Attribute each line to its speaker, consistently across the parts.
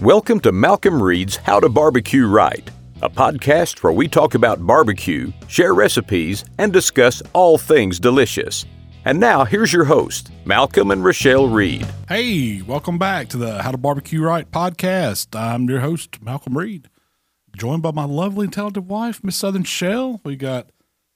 Speaker 1: Welcome to Malcolm Reed's How to Barbecue Right, a podcast where we talk about barbecue, share recipes, and discuss all things delicious. And now here's your host, Malcolm and Rochelle Reed.
Speaker 2: Hey, welcome back to the How to Barbecue Right podcast. I'm your host, Malcolm Reed, joined by my lovely and talented wife, Miss Southern Shell. We got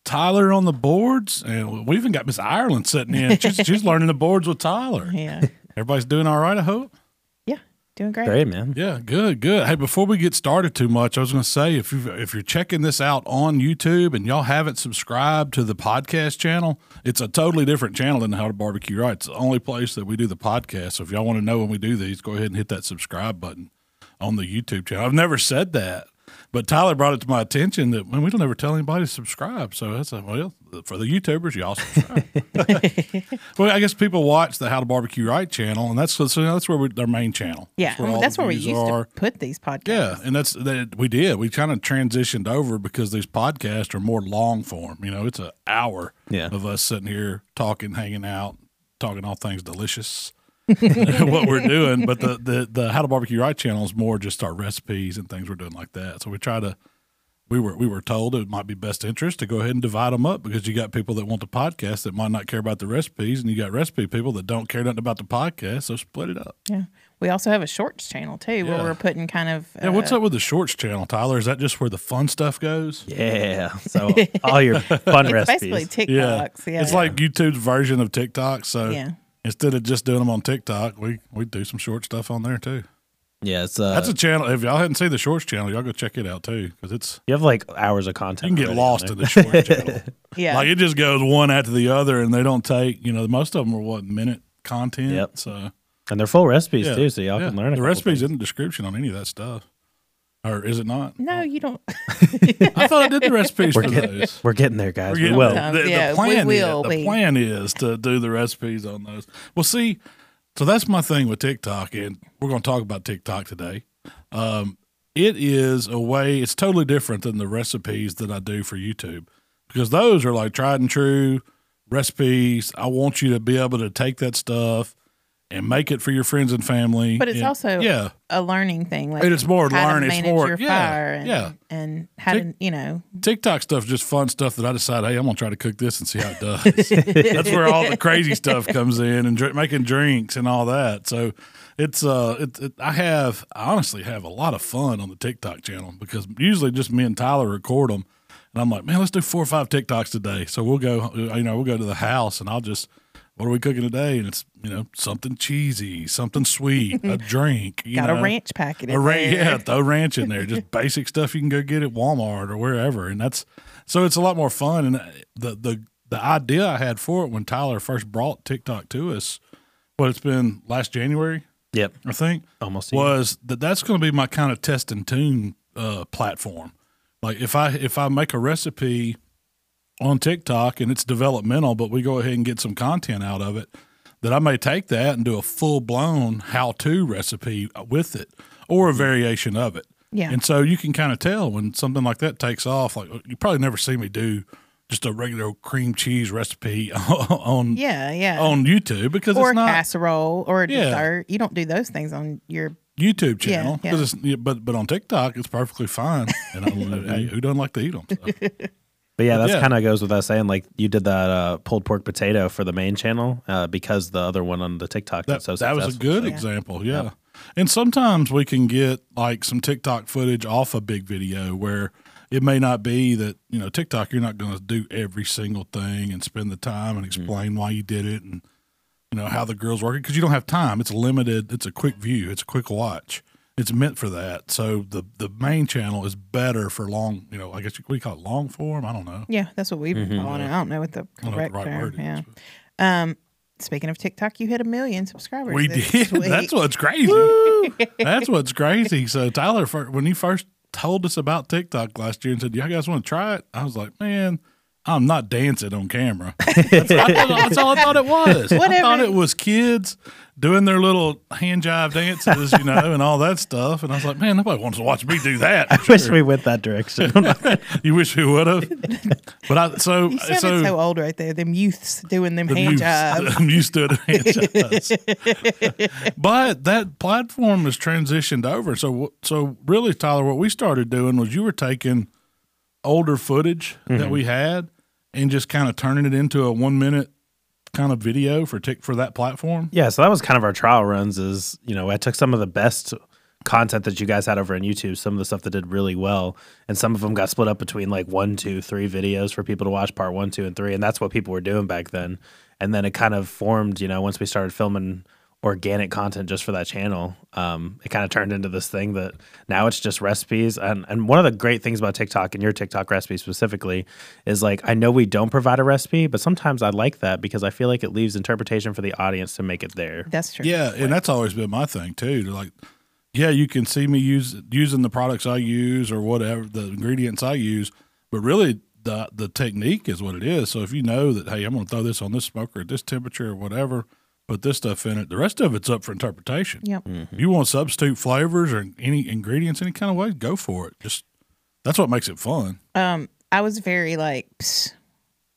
Speaker 2: Tyler on the boards, and we even got Miss Ireland sitting in. She's, she's learning the boards with Tyler.
Speaker 3: Yeah.
Speaker 2: Everybody's doing all right, I hope.
Speaker 3: Yeah. Doing great.
Speaker 4: Great, man.
Speaker 2: Yeah, good, good. Hey, before we get started too much, I was going to say if you if you're checking this out on YouTube and y'all haven't subscribed to the podcast channel, it's a totally different channel than How to Barbecue Right. It's the only place that we do the podcast. So if y'all want to know when we do these, go ahead and hit that subscribe button on the YouTube channel. I've never said that, but Tyler brought it to my attention that man, we don't ever tell anybody to subscribe. So that's a, well for the YouTubers, y'all subscribe. well, I guess people watch the How to Barbecue Right channel, and that's so that's where we, their main channel.
Speaker 3: Yeah. I mean,
Speaker 2: all
Speaker 3: that's
Speaker 2: the
Speaker 3: where we
Speaker 2: views
Speaker 3: used
Speaker 2: are.
Speaker 3: to put these podcasts.
Speaker 2: Yeah, and that's that we did. We kind of transitioned over because these podcasts are more long form. You know, it's an hour
Speaker 4: Yeah.
Speaker 2: of us sitting here talking, hanging out, talking all things delicious. what we're doing, but the, the the How to Barbecue Right channel is more just our recipes and things we're doing like that. So we try to we were we were told it might be best interest to go ahead and divide them up because you got people that want the podcast that might not care about the recipes, and you got recipe people that don't care nothing about the podcast. So split it up.
Speaker 3: Yeah. We also have a shorts channel too,
Speaker 2: Yeah.
Speaker 3: where we're putting kind of uh,
Speaker 2: Yeah, what's up with the shorts channel, Tyler? Is that just where the fun stuff goes?
Speaker 4: Yeah. So all your fun recipes.
Speaker 3: basically TikToks.
Speaker 2: Yeah.
Speaker 3: Yeah.
Speaker 2: It's like YouTube's version of TikTok. So
Speaker 3: Yeah.
Speaker 2: instead of just doing them on TikTok, we, we do some short stuff on there too.
Speaker 4: yeah. It's, uh,
Speaker 2: That's a channel. If y'all hadn't seen the shorts channel, y'all go check it out too because it's
Speaker 4: you have like hours of
Speaker 2: you
Speaker 4: content.
Speaker 2: can get
Speaker 4: already on
Speaker 2: lost
Speaker 4: there.
Speaker 2: in the short channel.
Speaker 3: yeah.
Speaker 2: Like it just goes one after the other, and they don't take you know most of them are what minute content.
Speaker 4: Yep.
Speaker 2: So
Speaker 4: And they're full recipes
Speaker 2: yeah,
Speaker 4: too, so y'all
Speaker 2: yeah.
Speaker 4: can learn a
Speaker 2: the
Speaker 4: couple
Speaker 2: recipes
Speaker 4: things.
Speaker 2: in the description on any of that stuff, or is it not?
Speaker 3: no, you don't.
Speaker 2: I thought I did the recipes for those.
Speaker 4: We're getting there,
Speaker 2: We're
Speaker 4: guys. We
Speaker 2: getting
Speaker 4: will.
Speaker 2: there.
Speaker 3: Um,
Speaker 2: the, the
Speaker 3: yeah, we
Speaker 2: plan is,
Speaker 3: will
Speaker 2: the
Speaker 3: be.
Speaker 2: plan is to do the recipes on those. Well, see, so that's my thing with TikTok, and we're going to talk about TikTok today. Um, it is a way; it's totally different than the recipes that I do for YouTube because those are like tried and true recipes. I want you to be able to take that stuff and make it for your friends and family.
Speaker 3: But it's
Speaker 2: And-
Speaker 3: also
Speaker 2: yeah,
Speaker 3: a learning thing. Like
Speaker 2: And it's more
Speaker 3: how
Speaker 2: learn,
Speaker 3: To
Speaker 2: it's
Speaker 3: manage
Speaker 2: more-
Speaker 3: your
Speaker 2: yeah,
Speaker 3: fire and,
Speaker 2: yeah.
Speaker 3: and how to you know
Speaker 2: TikTok stuff is just fun stuff that I decide, hey, I'm gonna try to cook this and see how it does. That's where all the crazy stuff comes in and drink, making drinks and all that. So it's uh, it, it, I have I honestly have a lot of fun on the TikTok channel because usually just me and Tyler record them, and I'm like, man, let's do four or five TikToks today. So we'll go, you know, we'll go to the house and I'll just. What are we cooking today? And it's you know something cheesy, something sweet, a drink. You
Speaker 3: got
Speaker 2: know?
Speaker 3: a ranch packet.
Speaker 2: a
Speaker 3: in
Speaker 2: ranch,
Speaker 3: there.
Speaker 2: yeah, throw ranch in there. Just basic stuff you can go get at Walmart or wherever, and that's so it's a lot more fun. And the the the idea I had for it when Tyler first brought TikTok to us, well, it's been last January,
Speaker 4: Yep.
Speaker 2: I think,
Speaker 4: Almost. a year.
Speaker 2: was that that's going to be my kind of test and tune uh, platform. Like if I if I make a recipe on TikTok and it's developmental, but we go ahead and get some content out of it, that I may take that and do a full blown how to recipe with it or a variation of it.
Speaker 3: Yeah.
Speaker 2: And so you can kind of tell when something like that takes off. Like uh, you probably never see me do just a regular cream cheese recipe on
Speaker 3: Yeah, yeah.
Speaker 2: on YouTube because
Speaker 3: or a
Speaker 2: Oh, it's not
Speaker 3: casserole or a
Speaker 2: Yeah.
Speaker 3: dessert. You don't do those things on your
Speaker 2: YouTube
Speaker 3: Yeah,
Speaker 2: channel
Speaker 3: yeah.
Speaker 2: 'cause it's- yeah, but but on TikTok it's perfectly fine. And I, hey, who doesn't like to eat them?
Speaker 4: But yeah, that's
Speaker 2: Yeah.
Speaker 4: kind of goes without saying. Like you did that uh, pulled pork potato for the main channel uh, because the other one on the TikTok
Speaker 2: that
Speaker 4: was so
Speaker 2: that was a
Speaker 4: successful.
Speaker 2: good
Speaker 3: Yeah.
Speaker 2: example, yeah. And sometimes we can get like some TikTok footage off a big video where it may not be that you know TikTok you're not going to do every single thing and spend the time
Speaker 4: Mm-hmm.
Speaker 2: and explain why you did it and you know how the girls working because you don't have time. It's limited. It's a quick view. It's a quick watch. It's meant for that. So the the main channel is better for long. You know, I guess you- we call it long form. I don't know.
Speaker 3: Yeah, that's what we've been calling it. I don't know what the
Speaker 2: Mm-hmm. don't know what
Speaker 3: correct
Speaker 2: the right word
Speaker 3: term.
Speaker 2: is,
Speaker 3: Yeah. Um, speaking of TikTok, you hit a million subscribers.
Speaker 2: We
Speaker 3: this
Speaker 2: did.
Speaker 3: week.
Speaker 2: That's what's crazy. That's what's crazy. So Tyler, fir- when he first told us about TikTok last year and said, "Y'all guys want to try it?" I was like, "Man, I'm not dancing on camera. That's, I thought- that's all I thought it was. I
Speaker 3: Whatever.
Speaker 2: thought it was kids doing their little hand jive dances, you know, and all that stuff. And I was like, man, nobody wants to watch me do that.
Speaker 4: I wish we went that direction.
Speaker 2: You wish we would have. But I so
Speaker 3: You sounded so, old right there. Them youths doing them
Speaker 2: the
Speaker 3: hand
Speaker 2: news.
Speaker 3: jobs.
Speaker 2: I'm used to it. hand jobs. but that platform has transitioned over. So, w- so really, Tyler, what we started doing was you were taking older footage that we had and just kind of turning it into a one minute kind of video for tick for that platform.
Speaker 4: yeah, so that was kind of our trial runs. Is you know I took some of the best content that you guys had over on YouTube, some of the stuff that did really well, and some of them got split up between like one, two, three videos for people to watch part one, two, and three, and that's what people were doing back then. And then it kind of formed, you know, once we started filming organic content just for that channel, um, it kind of turned into this thing that now it's just recipes. And and one of the great things about TikTok and your TikTok recipe specifically is like I know we don't provide a recipe, but sometimes I like that because I feel like it leaves interpretation for the audience to make it there.
Speaker 3: That's true.
Speaker 2: Yeah, and that's always been my thing too. to Like, yeah, you can see me use using the products I use or whatever the ingredients I use, but really the the technique is what it is. So if you know that, hey, I'm going to throw this on this smoker at this temperature or whatever, put this stuff in it. The rest of it's up for interpretation.
Speaker 3: Yep.
Speaker 2: If you want to substitute flavors or any ingredients any kind of way, go for it. Just that's what makes it fun.
Speaker 3: Um, I was very like Psst,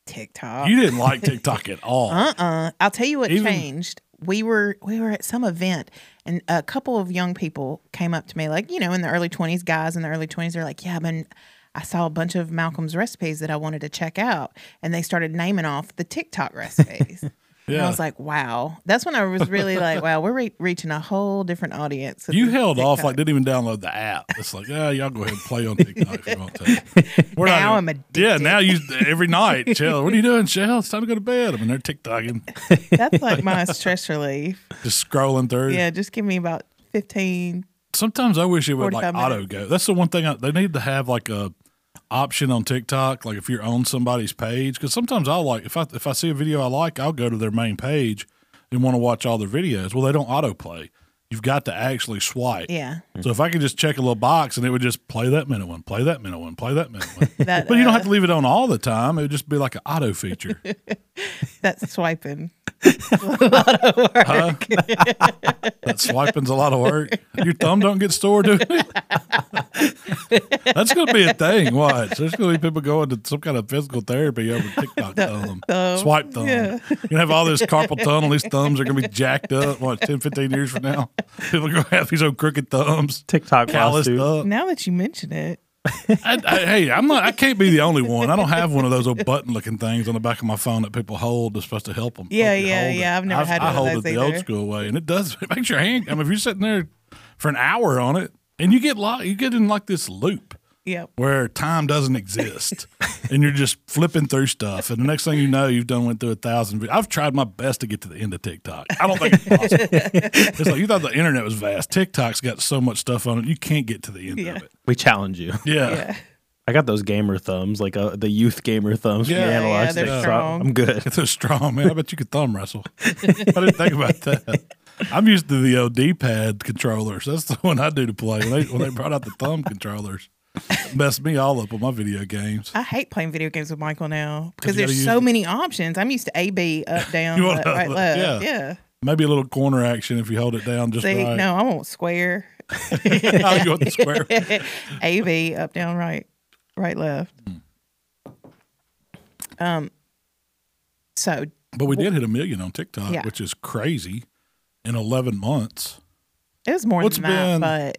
Speaker 3: TikTok.
Speaker 2: You didn't like TikTok at all.
Speaker 3: uh-uh i'll tell you what
Speaker 2: Even-
Speaker 3: changed we were we were at some event and a couple of young people came up to me like you know in the early 20s guys in the early 20s they're like yeah i've been i saw a bunch of malcolm's recipes that i wanted to check out and they started naming off the tiktok recipes and
Speaker 2: Yeah.
Speaker 3: i was like wow that's when i was really like wow we're re- reaching a whole different audience with
Speaker 2: You
Speaker 3: this
Speaker 2: held off,
Speaker 3: TikTok."
Speaker 2: like didn't even download the app. It's like, yeah, y'all go ahead and play on TikTok if you want to. We're
Speaker 3: Now I'm
Speaker 2: Yeah,
Speaker 3: addicted.
Speaker 2: now you every night, Shell. What are you doing, Shell? It's time to go to bed. I'm in there TikToking,
Speaker 3: that's like my stress relief
Speaker 2: just scrolling through.
Speaker 3: yeah just give me about 15
Speaker 2: Sometimes I wish it would like
Speaker 3: 45
Speaker 2: auto go. That's the one thing I, they need to have like a option on TikTok, like if you're on somebody's page. Because sometimes I'll like if I if I see a video I like, I'll go to their main page and want to watch all their videos. Well, they don't autoplay. You've got to actually swipe.
Speaker 3: yeah
Speaker 2: So if I could just check a little box and it would just play that minute one, play that minute one, play that minute one.
Speaker 3: That,
Speaker 2: but you don't
Speaker 3: uh,
Speaker 2: have to leave it on all the time. It would just be like an auto feature.
Speaker 3: that's swiping
Speaker 2: Huh? that swiping's a lot of work. Your thumb don't get stored doing it. That's going to be a thing. Watch. There's going to be people going to some kind of physical therapy over TikTok thumb,
Speaker 3: thumb,
Speaker 2: swipe thumb.
Speaker 3: yeah.
Speaker 2: You're going to have all this carpal tunnel. These thumbs are going to be jacked up. What, 10, 15 years from now? People are going to have these old crooked thumbs,
Speaker 4: TikTok
Speaker 2: calloused
Speaker 4: lawsuit.
Speaker 2: up.
Speaker 3: now that you mention it
Speaker 2: I, I, hey, I'm not. I can't be the only one. I don't have one of those old button-looking things on the back of my phone that people hold. That's supposed to help them.
Speaker 3: Yeah, yeah, yeah. I've never had
Speaker 2: I
Speaker 3: one of
Speaker 2: hold
Speaker 3: those
Speaker 2: it the old
Speaker 3: either.
Speaker 2: school way, and it does. It makes your hand. I mean, if you're sitting there for an hour on it, and you get locked, you get in like this loop
Speaker 3: yep
Speaker 2: where time doesn't exist, and you're just flipping through stuff, and the next thing you know, you've done went through a thousand. Videos. I've tried my best to get to the end of TikTok. I don't think it's possible. it's like you thought the internet was vast. TikTok's got so much stuff on it, you can't get to the end
Speaker 3: Yeah.
Speaker 2: of it.
Speaker 4: We challenge you.
Speaker 2: yeah.
Speaker 3: yeah
Speaker 4: I got those gamer thumbs, like uh, the youth gamer thumbs
Speaker 2: Yeah,
Speaker 4: from the
Speaker 2: yeah,
Speaker 4: analog
Speaker 3: they're
Speaker 4: stick. So
Speaker 3: strong.
Speaker 4: I'm good.
Speaker 2: It's so strong, man. I bet you could thumb wrestle. I didn't think about that. I'm used to the old D-pad controllers. That's the one I do to play. When they, when they brought out the thumb controllers, messed me all up on my video games.
Speaker 3: I hate playing video games with Michael now
Speaker 2: 'Cause
Speaker 3: because
Speaker 2: you gotta
Speaker 3: there's
Speaker 2: use
Speaker 3: so
Speaker 2: the-
Speaker 3: many options. I'm used to A B up down
Speaker 2: You want
Speaker 3: left,
Speaker 2: to-
Speaker 3: right left.
Speaker 2: yeah.
Speaker 3: Yeah.
Speaker 2: Maybe a little corner action if you hold it down just
Speaker 3: See,
Speaker 2: right.
Speaker 3: no, I want square.
Speaker 2: I'll go with the square.
Speaker 3: A B up down right, right left.
Speaker 2: Hmm.
Speaker 3: Um. So
Speaker 2: But we did hit a million on TikTok,
Speaker 3: Yeah.
Speaker 2: which is crazy. In 11 months,
Speaker 3: it was more
Speaker 2: What's
Speaker 3: than that,
Speaker 2: been-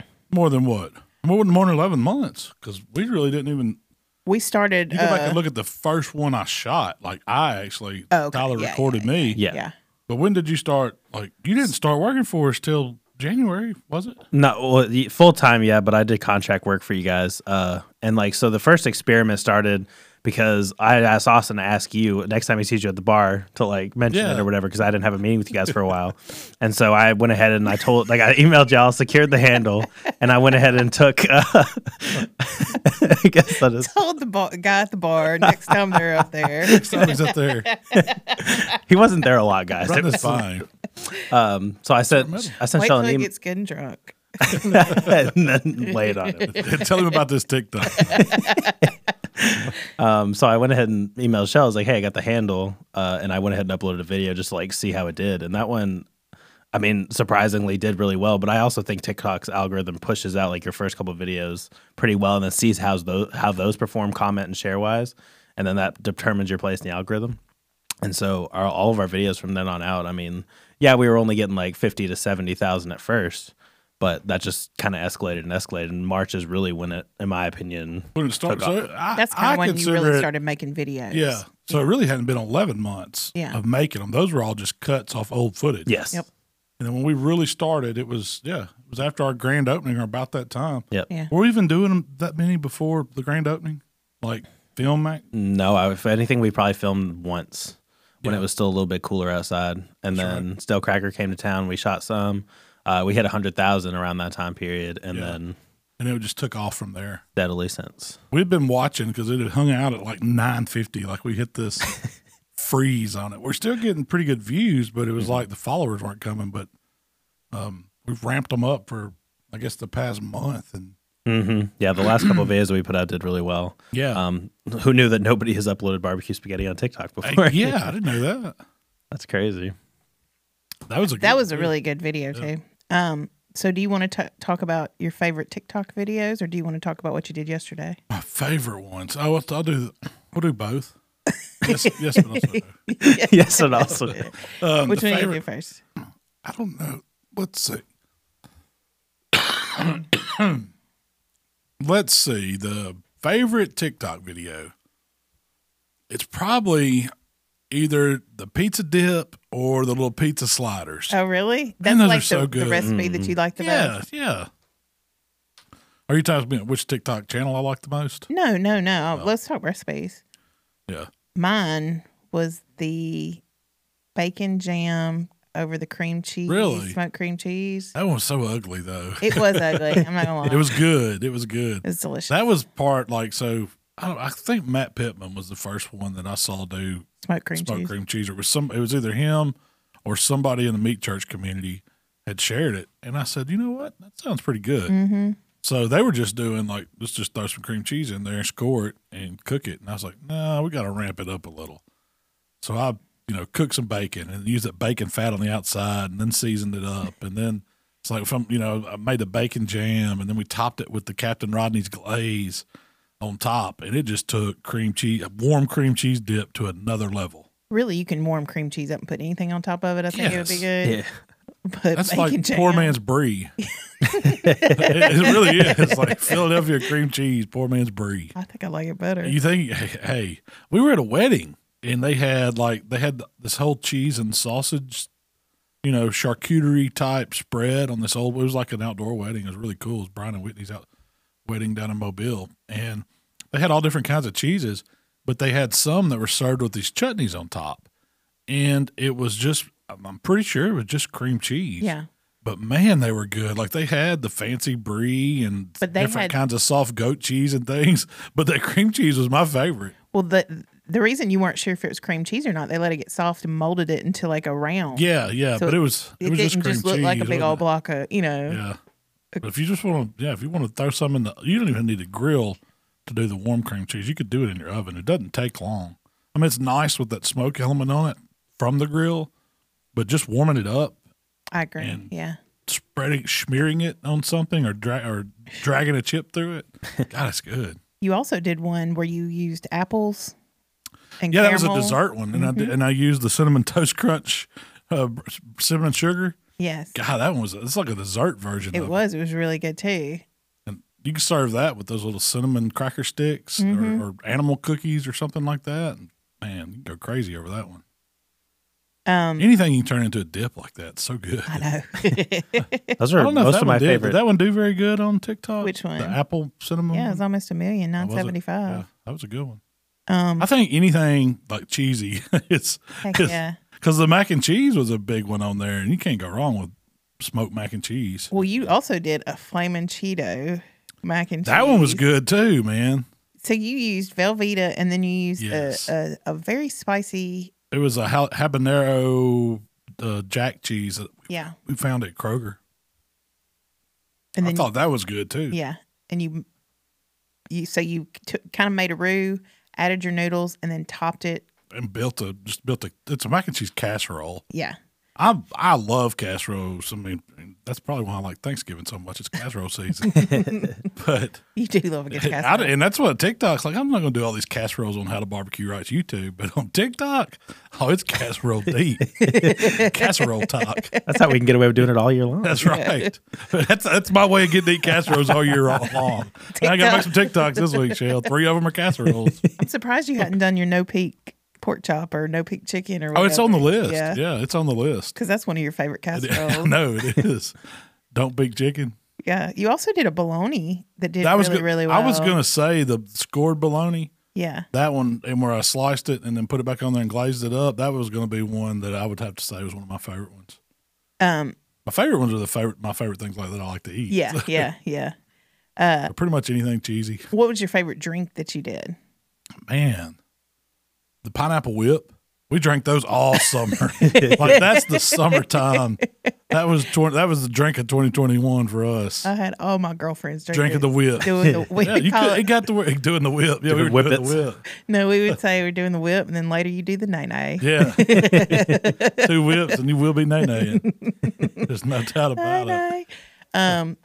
Speaker 3: but
Speaker 2: more than what? More than more than 11 months, because we really didn't even.
Speaker 3: we started.
Speaker 2: You go back
Speaker 3: uh,
Speaker 2: and look at the first one I shot. Like I actually,
Speaker 3: Oh, okay.
Speaker 2: Tyler
Speaker 3: Yeah, yeah,
Speaker 2: recorded me.
Speaker 4: Yeah.
Speaker 3: yeah.
Speaker 2: But when did you start? Like, you didn't start working for us till January, was it?
Speaker 4: No, well, full time, yeah, but I did contract work for you guys. Uh, and like, so the first experiment started because I had asked Austin to ask you next time he sees you at the bar to like mention
Speaker 2: Yeah.
Speaker 4: it or whatever, because I didn't have a meeting with you guys for a while. and so I went ahead and I told, like, I emailed y'all, secured the handle, and I went ahead and took, uh, I guess that is,
Speaker 3: Told the bar, guy at the bar next time they're up there.
Speaker 2: So I was up there
Speaker 4: he wasn't there a lot, guys.
Speaker 2: running this by.
Speaker 4: Um, so I sent, I sent
Speaker 3: Wait till
Speaker 4: y'all an
Speaker 3: he
Speaker 4: email.
Speaker 3: gets good and drunk.
Speaker 4: and then lay it on him.
Speaker 2: Tell him about this TikTok.
Speaker 4: Um, so I went ahead and emailed Shell. I was like, "Hey, I got the handle," uh, and I went ahead and uploaded a video just to like see how it did. And that one, I mean, surprisingly did really well. But I also think TikTok's algorithm pushes out like your first couple videos pretty well, and then sees how those how those perform comment and share wise, and then that determines your place in the algorithm. And so our, all of our videos from then on out, I mean, yeah, we were only getting like fifty to seventy thousand at first. But that just kind of escalated and escalated. And March is really when it, in my opinion,
Speaker 2: When it started, so I,
Speaker 3: That's kind
Speaker 2: I
Speaker 3: of when you
Speaker 2: consider
Speaker 3: really
Speaker 2: it-
Speaker 3: started making videos.
Speaker 2: Yeah. So it really hadn't been 11 months
Speaker 3: Yeah.
Speaker 2: of making them. Those were all just cuts off old footage.
Speaker 4: yes,
Speaker 3: Yep.
Speaker 2: And then when we really started, it was, yeah, it was after our grand opening or about that time.
Speaker 4: yep,
Speaker 3: Yeah.
Speaker 2: Were we even doing them that many before the grand opening? Like film act?
Speaker 4: No, I, if anything, we probably filmed once when
Speaker 2: Yeah.
Speaker 4: it was still a little bit cooler outside, and then Stale Cracker came to town. We shot some. Uh, we hit a hundred thousand around that time period, and
Speaker 2: Yeah.
Speaker 4: then
Speaker 2: And it just took off from there.
Speaker 4: steadily since.
Speaker 2: We've been watching because it had hung out at like 950. Like we hit this freeze on it. We're still getting pretty good views, but it
Speaker 3: Mm-hmm.
Speaker 2: was like the followers weren't coming. But um, we've ramped them up for, I guess, the past month. And
Speaker 4: hmm Yeah, the last couple of videos that we put out did really well.
Speaker 2: Mm-hmm. yeah.
Speaker 4: Um, who knew that nobody has uploaded barbecue spaghetti on TikTok before?
Speaker 2: Hey, yeah, I didn't know that.
Speaker 4: that's crazy.
Speaker 2: That was a
Speaker 3: That
Speaker 2: good-
Speaker 3: was a really good video too. Um, so do you want to t- talk about your favorite TikTok videos, or do you want to talk about what you did yesterday?
Speaker 2: my favorite ones. Oh, I'll, I'll do we'll do both. yes, yes, but also no.
Speaker 4: yes, and also
Speaker 2: Um,
Speaker 3: Which
Speaker 2: the
Speaker 3: one do you
Speaker 2: favorite-
Speaker 3: do first?
Speaker 2: I don't know. Let's see. Let's see the favorite TikTok video. It's probably either the pizza dip or the little pizza sliders.
Speaker 3: Oh, really?
Speaker 2: Man,
Speaker 3: That's
Speaker 2: those are
Speaker 3: like the,
Speaker 2: so
Speaker 3: the
Speaker 2: good.
Speaker 3: recipe that you like the
Speaker 2: yeah,
Speaker 3: best.
Speaker 2: yeah. Are you talking about which TikTok channel I like the most?
Speaker 3: No, no, no. Let's talk recipes.
Speaker 2: Yeah.
Speaker 3: Mine was the bacon jam over the cream cheese,
Speaker 2: Really?
Speaker 3: smoked cream cheese.
Speaker 2: That one's so ugly though.
Speaker 3: It was ugly. I'm not gonna lie.
Speaker 2: It was good. It was good.
Speaker 3: It was delicious.
Speaker 2: That was part like so. I, don't, I think Matt Pittman was the first one that I saw do
Speaker 3: smoked cream
Speaker 2: smoked
Speaker 3: cheese.
Speaker 2: cream cheese. It was some. It was either him or somebody in the meat church community had shared it, and I said, you know what, that sounds pretty good.
Speaker 3: Mm-hmm.
Speaker 2: So they were just doing like let's just throw some cream cheese in there, score it, and cook it. And I was like, nah, we got to ramp it up a little. So I, you know, cooked some bacon and used that bacon fat on the outside, and then seasoned it up, and then it's like from you know I made the bacon jam, and then we topped it with the Captain Rodney's glaze on top, and it just took cream cheese, warm cream cheese dip to another level.
Speaker 3: Really, you can warm cream cheese up and put anything on top of it. I think it would be
Speaker 2: Yes.
Speaker 3: good.
Speaker 4: yeah.
Speaker 3: But
Speaker 2: That's
Speaker 3: bacon
Speaker 2: like
Speaker 3: jam.
Speaker 2: poor man's brie. it, it really is like Philadelphia cream cheese, poor man's brie.
Speaker 3: I think I like it better.
Speaker 2: You think? Hey, we were at a wedding and they had like they had this whole cheese and sausage, you know, charcuterie type spread on this old. It was like an outdoor wedding. It was really cool. It was Brian and Whitney's out wedding down in Mobile, and they had all different kinds of cheeses, but they had some that were served with these chutneys on top, and it was just. I'm I'm pretty sure it was just cream cheese.
Speaker 3: yeah,
Speaker 2: But man, they were good. Like they had the fancy brie and
Speaker 3: But they
Speaker 2: different
Speaker 3: had-
Speaker 2: kinds of soft goat cheese and things. But that cream cheese was my favorite.
Speaker 3: Well, the the reason you weren't sure if it was cream cheese or not, they let it get soft and molded it into like a round.
Speaker 2: Yeah, yeah.
Speaker 3: So
Speaker 2: but it was it,
Speaker 3: it,
Speaker 2: was
Speaker 3: didn't
Speaker 2: just
Speaker 3: just,
Speaker 2: cream
Speaker 3: look
Speaker 2: cheese.
Speaker 3: like a big
Speaker 2: wasn't
Speaker 3: old
Speaker 2: it?
Speaker 3: block of you know.
Speaker 2: Yeah. But if you just want to, yeah, if you want to throw some in the, you don't even need a grill to do the warm cream cheese. You could do it in your oven. It doesn't take long. I mean, it's nice with that smoke element on it from the grill, but just warming it up,
Speaker 3: I agree.
Speaker 2: And-
Speaker 3: yeah,
Speaker 2: spreading, smearing it on something, or dra- or dragging a chip through it. God, it's good.
Speaker 3: you also did one where you used apples. And
Speaker 2: Yeah, that was a
Speaker 3: caramel. Mm-hmm.
Speaker 2: dessert one, and I did, and I used the cinnamon toast crunch, uh, cinnamon sugar.
Speaker 3: Yes,
Speaker 2: God, that one was it's like a dessert version.
Speaker 3: it
Speaker 2: of
Speaker 3: was. It was really good too.
Speaker 2: And you can serve that with those little cinnamon cracker sticks
Speaker 3: Mm-hmm.
Speaker 2: or, or animal cookies or something like that. And man, you can go crazy over that one.
Speaker 3: Um,
Speaker 2: Anything you can turn into a dip like that, it's so good.
Speaker 3: I know.
Speaker 4: Those
Speaker 2: I
Speaker 4: are
Speaker 2: don't know if
Speaker 4: most
Speaker 2: that one
Speaker 4: of my
Speaker 2: did.
Speaker 4: favorite.
Speaker 2: Did that one do very good on TikTok?
Speaker 3: Which one?
Speaker 2: The apple cinnamon.
Speaker 3: yeah, it was almost a million
Speaker 2: That
Speaker 3: nine
Speaker 2: was a-
Speaker 3: seventy
Speaker 2: yeah,
Speaker 3: five.
Speaker 2: that was a good one.
Speaker 3: Um,
Speaker 2: I think anything like cheesy, it's
Speaker 3: heck
Speaker 2: it's-
Speaker 3: yeah.
Speaker 2: Because the mac and cheese was a big one on there, and you can't go wrong with smoked mac and cheese.
Speaker 3: Well, you also did a flaming Cheeto mac and cheese.
Speaker 2: That one was good too, man.
Speaker 3: So you used Velveeta, and then you used
Speaker 2: Yes.
Speaker 3: a, a, a very spicy.
Speaker 2: It was a ha- habanero uh, jack cheese that
Speaker 3: Yeah,
Speaker 2: we found at Kroger.
Speaker 3: And
Speaker 2: I
Speaker 3: then
Speaker 2: thought that was good too.
Speaker 3: yeah, and you you so you took, kind of made a roux, added your noodles, and then topped it.
Speaker 2: And built a just built a it's a mac and cheese casserole.
Speaker 3: Yeah,
Speaker 2: I I love casseroles. I mean that's probably why I like Thanksgiving so much. It's casserole season. but
Speaker 3: you do love a good
Speaker 2: I,
Speaker 3: casserole.
Speaker 2: and that's what TikTok's like. I'm not going to do all these casseroles on how to barbecue rights YouTube, but on TikTok, oh, it's casserole deep, casserole talk.
Speaker 4: That's how we can get away with doing it all year long.
Speaker 2: That's right. That's that's my way of getting to eat casseroles all year long. And I got to make some TikToks this week, Shell. Three of them are casseroles.
Speaker 3: I'm surprised you hadn't done your no peak pork chop or no peak chicken or.
Speaker 2: Oh, it's on the
Speaker 3: whatever.
Speaker 2: list.
Speaker 3: Yeah,
Speaker 2: Yeah, it's on the list.
Speaker 3: because that's one of your favorite casseroles.
Speaker 2: no, it is. Don't big chicken.
Speaker 3: Yeah, you also did a bologna that did
Speaker 2: That was
Speaker 3: really
Speaker 2: good.
Speaker 3: really well.
Speaker 2: I was gonna say the scored bologna.
Speaker 3: Yeah,
Speaker 2: That one, and where I sliced it and then put it back on there and glazed it up, that was going to be one that I would have to say was one of my favorite ones.
Speaker 3: um,
Speaker 2: My favorite ones are the favorite, my favorite things like that I like to eat.
Speaker 3: yeah, yeah, yeah.
Speaker 2: pretty much anything cheesy.
Speaker 3: What was your favorite drink that you did?
Speaker 2: Man, the pineapple whip. We drank those all summer. like that's the summertime. That was 20, that was the drink of 2021 for us.
Speaker 3: I had all my girlfriends
Speaker 2: Drinking
Speaker 3: drinking
Speaker 2: the whip.
Speaker 3: Doing the whip.
Speaker 2: yeah, you
Speaker 3: call
Speaker 2: could,
Speaker 3: it-
Speaker 2: it got the whip- doing the whip. Yeah, we
Speaker 4: Doing
Speaker 2: were doing
Speaker 4: whippets.
Speaker 2: the whip.
Speaker 3: no, we would say we're doing the whip, and then later you do the nay nay.
Speaker 2: Yeah, two whips and you will be nay naying. There's no doubt
Speaker 3: Nay
Speaker 2: about it.
Speaker 3: nay. Um,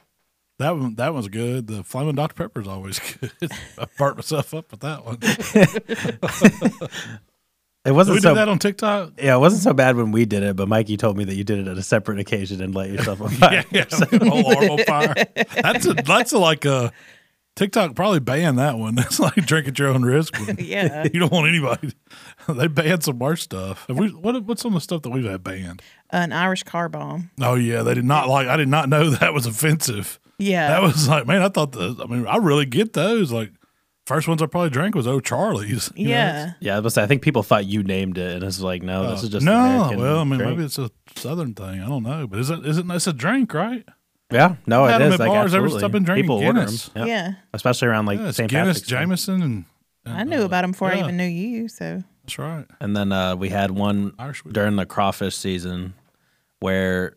Speaker 2: That one, that one's good. The flaming Dr Pepper's always good. I burnt myself up with that one. Did
Speaker 4: It
Speaker 2: we
Speaker 4: wasn't
Speaker 2: do
Speaker 4: so
Speaker 2: that on TikTok?
Speaker 4: yeah, it wasn't so bad when we did it, but Mikey told me that you did it at a separate occasion and let yourself on fire.
Speaker 2: Yeah, yeah. whole arm on fire. That's a, that's a, like a TikTok probably banned that one. That's like drink at your own risk. One.
Speaker 3: yeah.
Speaker 2: You don't want anybody. They banned some worse stuff. Have we, what what's some of the stuff that we've had banned?
Speaker 3: An Irish car bomb.
Speaker 2: Oh yeah, they did not like. I did not know that was offensive.
Speaker 3: Yeah.
Speaker 2: That was like, man, I thought the. I mean, I really get those. Like, first ones I probably drank was Oh Charlie's. you know?
Speaker 3: yeah.
Speaker 4: Yeah, I was gonna say, I think people thought you named it, and it's like, no, this is just
Speaker 2: Uh, no.
Speaker 4: American
Speaker 2: well, I mean,
Speaker 4: drink.
Speaker 2: maybe it's a southern thing. I don't know, but is it? Is it? It's a drink, right?
Speaker 4: yeah, no,
Speaker 2: I had
Speaker 4: it
Speaker 2: 'em at
Speaker 4: is. Like,
Speaker 2: bars ever
Speaker 4: absolutely.
Speaker 2: since I've been drinking
Speaker 4: people order 'em.
Speaker 2: Guinness.
Speaker 4: Yeah.
Speaker 3: Yeah.
Speaker 4: especially around like
Speaker 2: Yeah, it's
Speaker 4: St.
Speaker 2: Guinness,
Speaker 4: Patrick's. Day.
Speaker 2: Jameson, and
Speaker 3: I knew about them before I
Speaker 2: yeah.
Speaker 3: even knew you. So
Speaker 2: that's right.
Speaker 4: And then uh, we had one
Speaker 2: Irish whiskey.
Speaker 4: during the crawfish season where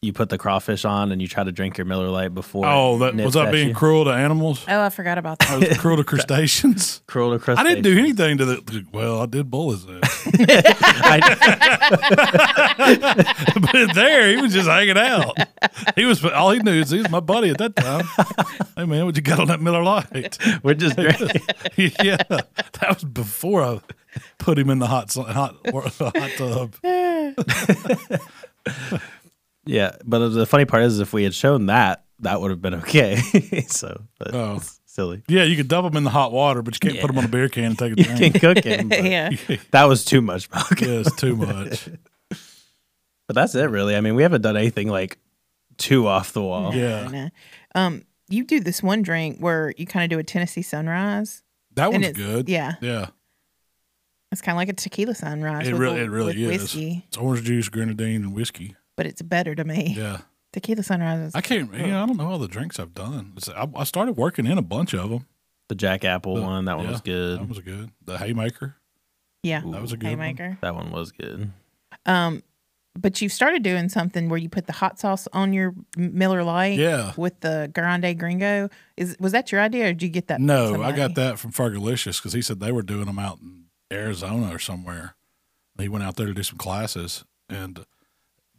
Speaker 4: you put the crawfish on and you try to drink your Miller Lite before.
Speaker 2: Oh,
Speaker 4: it
Speaker 2: that
Speaker 4: nips
Speaker 2: was I
Speaker 4: at
Speaker 2: being
Speaker 4: you.
Speaker 2: cruel to animals?
Speaker 3: oh, I forgot about
Speaker 2: I
Speaker 3: that.
Speaker 2: was cruel to crustaceans.
Speaker 4: cruel to
Speaker 2: I
Speaker 4: crustaceans.
Speaker 2: didn't do anything to the. Well, I did bull his ass,
Speaker 4: I,
Speaker 2: but there he was just hanging out. He was all he knew is he was my buddy at that time. hey man, what you got on that Miller Lite?
Speaker 4: we're just drinking.
Speaker 2: yeah, that was before I put him in the hot sun- hot hot tub.
Speaker 4: yeah, but the funny part is if we had shown that, that would have been okay. so that's
Speaker 2: Oh.
Speaker 4: silly.
Speaker 2: Yeah, you could dump him in the hot water, but you can't put him on a beer can and take a
Speaker 4: Can
Speaker 2: drink.
Speaker 4: cook it. but
Speaker 3: yeah.
Speaker 4: That was too much milk.
Speaker 2: yeah, it's too much.
Speaker 4: But that's it, really. I mean, we haven't done anything like too off the wall.
Speaker 3: I
Speaker 2: Yeah,
Speaker 3: know. Um, you do this one drink where you kind of do a Tennessee sunrise.
Speaker 2: that one's
Speaker 3: it's-
Speaker 2: good.
Speaker 3: yeah.
Speaker 2: yeah.
Speaker 3: It's kind of like a tequila sunrise.
Speaker 2: It
Speaker 3: with
Speaker 2: really,
Speaker 3: a-
Speaker 2: it really
Speaker 3: with
Speaker 2: is.
Speaker 3: whiskey,
Speaker 2: It's orange juice, grenadine, and whiskey.
Speaker 3: but it's better to me.
Speaker 2: Yeah,
Speaker 3: Tequila sunrise. Is,
Speaker 2: I can't. You know, I don't know all the drinks I've done. It's- I, I started working in a bunch of them.
Speaker 4: The Jack Apple one, that one
Speaker 2: yeah,
Speaker 4: was good.
Speaker 2: That was good. The haymaker.
Speaker 3: yeah.
Speaker 2: That was a good one.
Speaker 3: Haymaker.
Speaker 4: That one was good.
Speaker 3: Um, but you started doing something where you put the hot sauce on your M- Miller Lite.
Speaker 2: Yeah.
Speaker 3: With the Grande Gringo. Is was that your idea, or did you get that? from
Speaker 2: No, I
Speaker 3: somebody?
Speaker 2: got that from Fergalicious because he said they were doing them out in Arizona or somewhere. He went out there to do some classes, and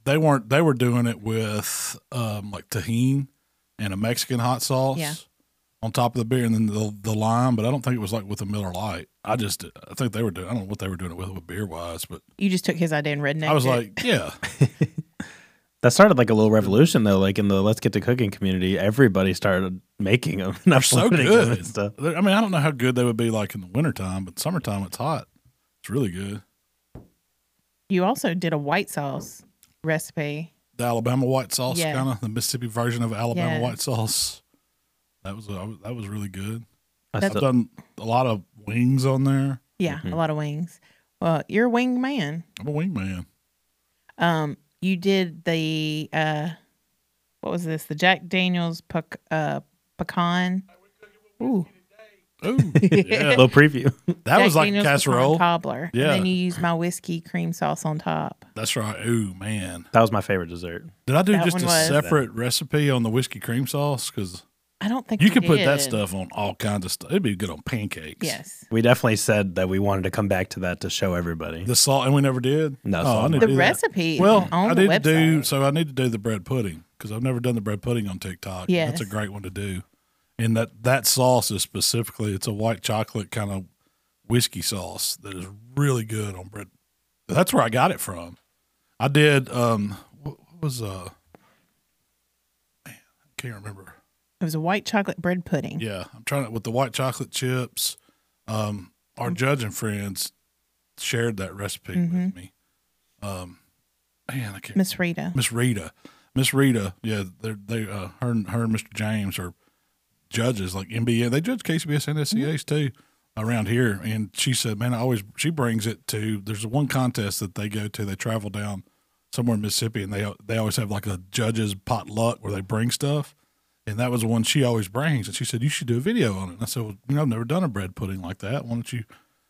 Speaker 2: they weren't. They were doing it with um, like tahine and a Mexican hot sauce
Speaker 3: Yeah.
Speaker 2: on top of the beer, and then the the lime. But I don't think it was like with a Miller Light. I just I think they were doing. I don't know what they were doing it with, with beer wise, but
Speaker 3: You just took his idea and rednecked.
Speaker 2: I was
Speaker 3: it.
Speaker 2: like, yeah,
Speaker 4: That started like a little revolution though. Like in the let's get to cooking community, everybody started making them and
Speaker 2: so
Speaker 4: uploading 'em
Speaker 2: good.
Speaker 4: and stuff.
Speaker 2: They're- I mean, I don't know how good they would be like in the wintertime, but summertime it's hot. It's really good.
Speaker 3: you also did a white sauce recipe.
Speaker 2: the Alabama white sauce,
Speaker 3: Yeah.
Speaker 2: kind of the Mississippi version of Alabama
Speaker 3: Yeah.
Speaker 2: white sauce. That was uh, that was really good.
Speaker 4: I
Speaker 2: I've
Speaker 3: That's-
Speaker 4: still-
Speaker 2: done a lot of wings on there.
Speaker 3: Yeah, a lot of wings. Well, you're a wing man.
Speaker 2: I'm a wingman.
Speaker 3: Um, you did the uh, what was this? The Jack Daniels pec- uh, pecan. Ooh,
Speaker 2: Ooh, yeah.
Speaker 4: little preview.
Speaker 2: That was like a
Speaker 3: Jack Daniel's pecan
Speaker 2: casserole.
Speaker 3: cobbler.
Speaker 2: Yeah.
Speaker 3: And then you use my whiskey cream sauce on top.
Speaker 2: That's right. Ooh, man.
Speaker 4: that was my favorite dessert.
Speaker 2: Did I do
Speaker 3: That
Speaker 2: just a
Speaker 3: one was-
Speaker 2: separate recipe on the whiskey cream sauce? Because
Speaker 3: I don't think
Speaker 2: you
Speaker 3: we
Speaker 2: can put that
Speaker 3: did.
Speaker 2: stuff on all kinds of stuff. It'd be good on pancakes.
Speaker 3: Yes.
Speaker 4: We definitely said that we wanted to come back to that to show everybody.
Speaker 2: The salt, and we never did.
Speaker 4: No,
Speaker 2: oh, I
Speaker 4: salt.
Speaker 2: need to
Speaker 3: The
Speaker 2: do that.
Speaker 3: recipe is
Speaker 2: Well,
Speaker 3: on
Speaker 2: I
Speaker 3: the
Speaker 2: need to
Speaker 3: website.
Speaker 2: do so. I need to do the bread pudding because I've never done the bread pudding on TikTok. that's a
Speaker 3: Yes.
Speaker 2: great one to do. And that that sauce is specifically it's a white chocolate kind of whiskey sauce that is really good on bread. That's where I got it from. I did. Um, what what was uh? Man, I can't remember.
Speaker 3: It was a white chocolate bread pudding.
Speaker 2: Yeah, I'm trying to with the white chocolate chips. Um,
Speaker 3: Mm-hmm.
Speaker 2: our judging friends shared that recipe with me. Um, man, I can't.
Speaker 3: Miss Rita.
Speaker 2: Miss Rita, Miss Rita, yeah, they they uh, her and her and Mr. James are judges like NBA. They judge KCBS and SCAs too around here. And she said, man, I always she brings it to. There's one contest that they go to. They travel down somewhere in Mississippi, and they they always have like a judges potluck where they bring stuff. And that was the one she always brings. And she said, you should do a video on it. And I said, well, you know, I've never done a bread pudding like that. Why don't you?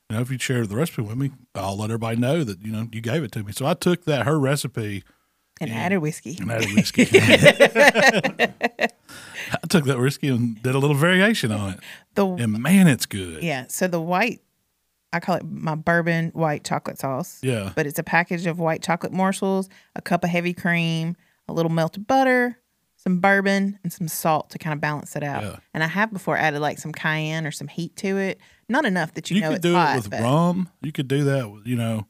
Speaker 2: You know, if you share the recipe with me, I'll let everybody know that you know you gave it to me. So I took that her recipe
Speaker 3: And added whiskey.
Speaker 2: and added whiskey. I took that whiskey and did a little variation on it,
Speaker 3: The
Speaker 2: and man, it's good.
Speaker 3: yeah. So the white I call it my bourbon white chocolate sauce.
Speaker 2: Yeah.
Speaker 3: But it's a package of white chocolate morsels, a cup of heavy cream, a little melted butter, some bourbon, and some salt to kind of balance it out.
Speaker 2: Yeah.
Speaker 3: And I have before added like some cayenne or some heat to it. Not enough that you,
Speaker 2: you
Speaker 3: know
Speaker 2: could
Speaker 3: it's
Speaker 2: do
Speaker 3: hot.
Speaker 2: it with
Speaker 3: but,
Speaker 2: rum. You could do that, with, you know,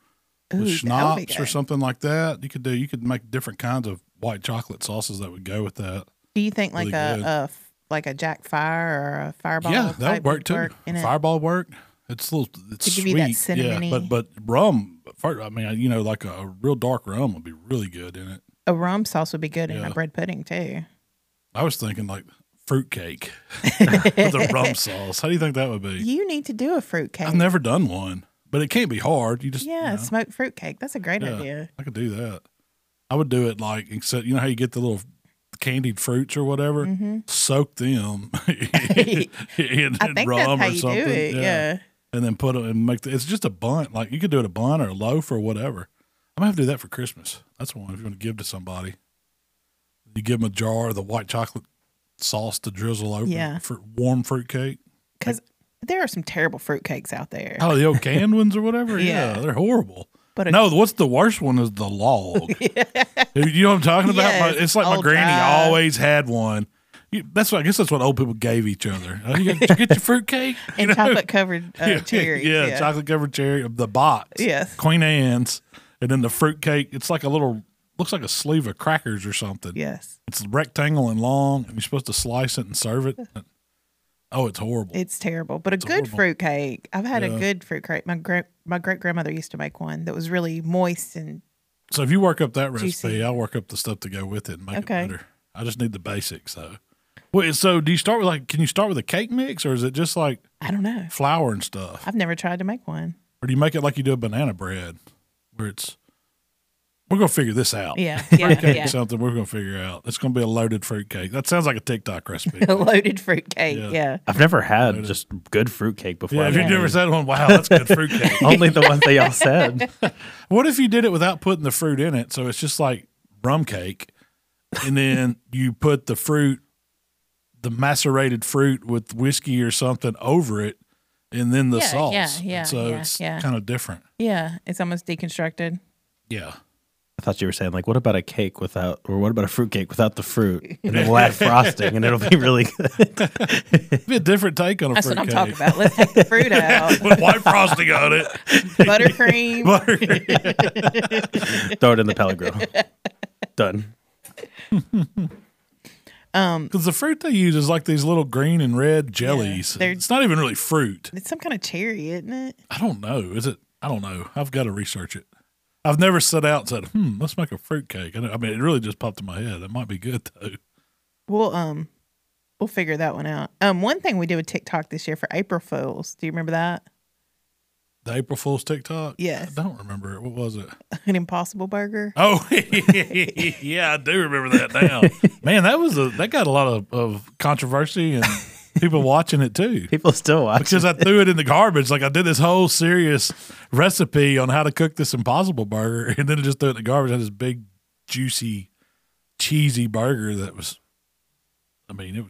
Speaker 3: Ooh, that would
Speaker 2: with
Speaker 3: be
Speaker 2: schnapps or
Speaker 3: good.
Speaker 2: something like that. You could do. You could make different kinds of white chocolate sauces that would go with that.
Speaker 3: Do you think like
Speaker 2: really
Speaker 3: a,
Speaker 2: good.
Speaker 3: a f- like a Jack Fire or a Fireball?
Speaker 2: yeah, that
Speaker 3: type
Speaker 2: would work too.
Speaker 3: in it?
Speaker 2: Fireball work. It's a little. It's
Speaker 3: To give
Speaker 2: sweet.
Speaker 3: you that
Speaker 2: yeah, but
Speaker 3: cinnamony-
Speaker 2: but rum. fir- I mean, you know, like a, real dark rum would be really good in it.
Speaker 3: a rum sauce would be good in
Speaker 2: Yeah.
Speaker 3: a bread pudding too.
Speaker 2: I was thinking like fruitcake with a rum sauce. How do you think that would be?
Speaker 3: You need to do a fruit cake.
Speaker 2: I've never done one, but it can't be hard. You just you
Speaker 3: yeah,
Speaker 2: know,
Speaker 3: smoked fruit cake. That's a great
Speaker 2: yeah,
Speaker 3: idea.
Speaker 2: I could do that. I would do it like except you know how you get the little candied fruits or whatever, soak them in, in
Speaker 3: Mm-hmm. I think that's
Speaker 2: rum
Speaker 3: how
Speaker 2: or
Speaker 3: you do
Speaker 2: something,
Speaker 3: it. Yeah.
Speaker 2: and then put them and make the, it's just a bun. Like you could do it a bun or a loaf or whatever. I'm gonna have to do that for Christmas. That's one if you want to give to somebody. You give them a jar of the white chocolate sauce to drizzle over
Speaker 3: Yeah.
Speaker 2: for warm fruit cake.
Speaker 3: Because there are some terrible fruit cakes out there.
Speaker 2: Oh, the old canned ones or whatever. Yeah,
Speaker 3: Yeah.
Speaker 2: they're horrible.
Speaker 3: But a-
Speaker 2: no, what's the worst one is the log. You know what I'm talking about?
Speaker 3: Yes,
Speaker 2: My- it's like my
Speaker 3: old
Speaker 2: granny
Speaker 3: dry.
Speaker 2: always had one. You- that's what, I guess that's what old people gave each other. Uh, You got- you get your fruit cake
Speaker 3: and chocolate covered uh, cherries.
Speaker 2: Yeah,
Speaker 3: Yeah.
Speaker 2: chocolate covered cherry of the box.
Speaker 3: Yes.
Speaker 2: Queen Anne's, and then the fruit cake. It's like a little looks like a sleeve of crackers or something.
Speaker 3: Yes.
Speaker 2: It's rectangle and long, and you're supposed to slice it and serve it. Oh, it's horrible.
Speaker 3: It's terrible, but a good fruit cake. I've had
Speaker 2: Yeah.
Speaker 3: a good fruit cake. My great my great grandmother used to make one that was really moist and
Speaker 2: So if you work up that recipe,
Speaker 3: Juicy.
Speaker 2: I'll work up the stuff to go with it and make
Speaker 3: Okay.
Speaker 2: it better. I just need the basics though. Wait, so do you start with like can you start with a cake mix or is it just like
Speaker 3: I don't know.
Speaker 2: flour and stuff?
Speaker 3: I've never tried to make one.
Speaker 2: Or do you make it like you do a banana bread where it's we're gonna figure this out.
Speaker 3: Yeah.
Speaker 2: Fruitcake
Speaker 3: Yeah.
Speaker 2: is
Speaker 3: yeah.
Speaker 2: something we're gonna figure out. It's gonna be a loaded fruit cake. That sounds like a TikTok recipe.
Speaker 3: A loaded fruit cake.
Speaker 2: Yeah.
Speaker 3: yeah.
Speaker 4: I've never had just good fruitcake before.
Speaker 2: yeah, if
Speaker 4: I've
Speaker 2: you've
Speaker 4: only-
Speaker 2: never said one, wow, that's good fruit cake.
Speaker 4: only the ones that y'all said.
Speaker 2: What if you did it without putting the fruit in it? So it's just like rum cake, and then you put the fruit, the macerated fruit with whiskey or something over it, and then the
Speaker 3: Yeah,
Speaker 2: sauce.
Speaker 3: yeah,
Speaker 2: And
Speaker 3: yeah,
Speaker 2: so
Speaker 3: yeah,
Speaker 2: it's
Speaker 3: yeah.
Speaker 2: kind of different.
Speaker 3: Yeah, it's almost deconstructed.
Speaker 2: Yeah.
Speaker 4: I thought you were saying like, what about a cake without, or what about a fruitcake without the fruit, and then we'll add frosting, and it'll be really good.
Speaker 2: It'd be a different take on a
Speaker 3: That's
Speaker 2: fruit
Speaker 3: what I'm
Speaker 2: cake.
Speaker 3: talking about. Let's take the fruit out,
Speaker 2: With white frosting on it.
Speaker 3: buttercream.
Speaker 2: Butter.
Speaker 4: Throw it in the Pellegrin. Done.
Speaker 2: Because the fruit they use is like these little green and red jellies.
Speaker 3: they're-
Speaker 2: it's not even really fruit.
Speaker 3: It's some kind of cherry, isn't it?
Speaker 2: I don't know. Is it? I don't know. I've got to research it. I've never set out and said, hmm, let's make a fruit cake. I mean, it really just popped in my head. It might be good, though.
Speaker 3: We'll um, we'll figure that one out. Um, one thing we did with TikTok this year for April Fools. Do you remember that?
Speaker 2: The April Fool's TikTok?
Speaker 3: Yes.
Speaker 2: I don't remember it. What was it?
Speaker 3: An Impossible Burger.
Speaker 2: Oh, yeah, I do remember that now. Man, that was a, that got a lot of, of controversy and people watching it too.
Speaker 4: People still watch.
Speaker 2: Because I threw it in the garbage. Like I did this whole serious recipe on how to cook this impossible burger and then I just threw it in the garbage. I had this big, juicy, cheesy burger that was, I mean, it,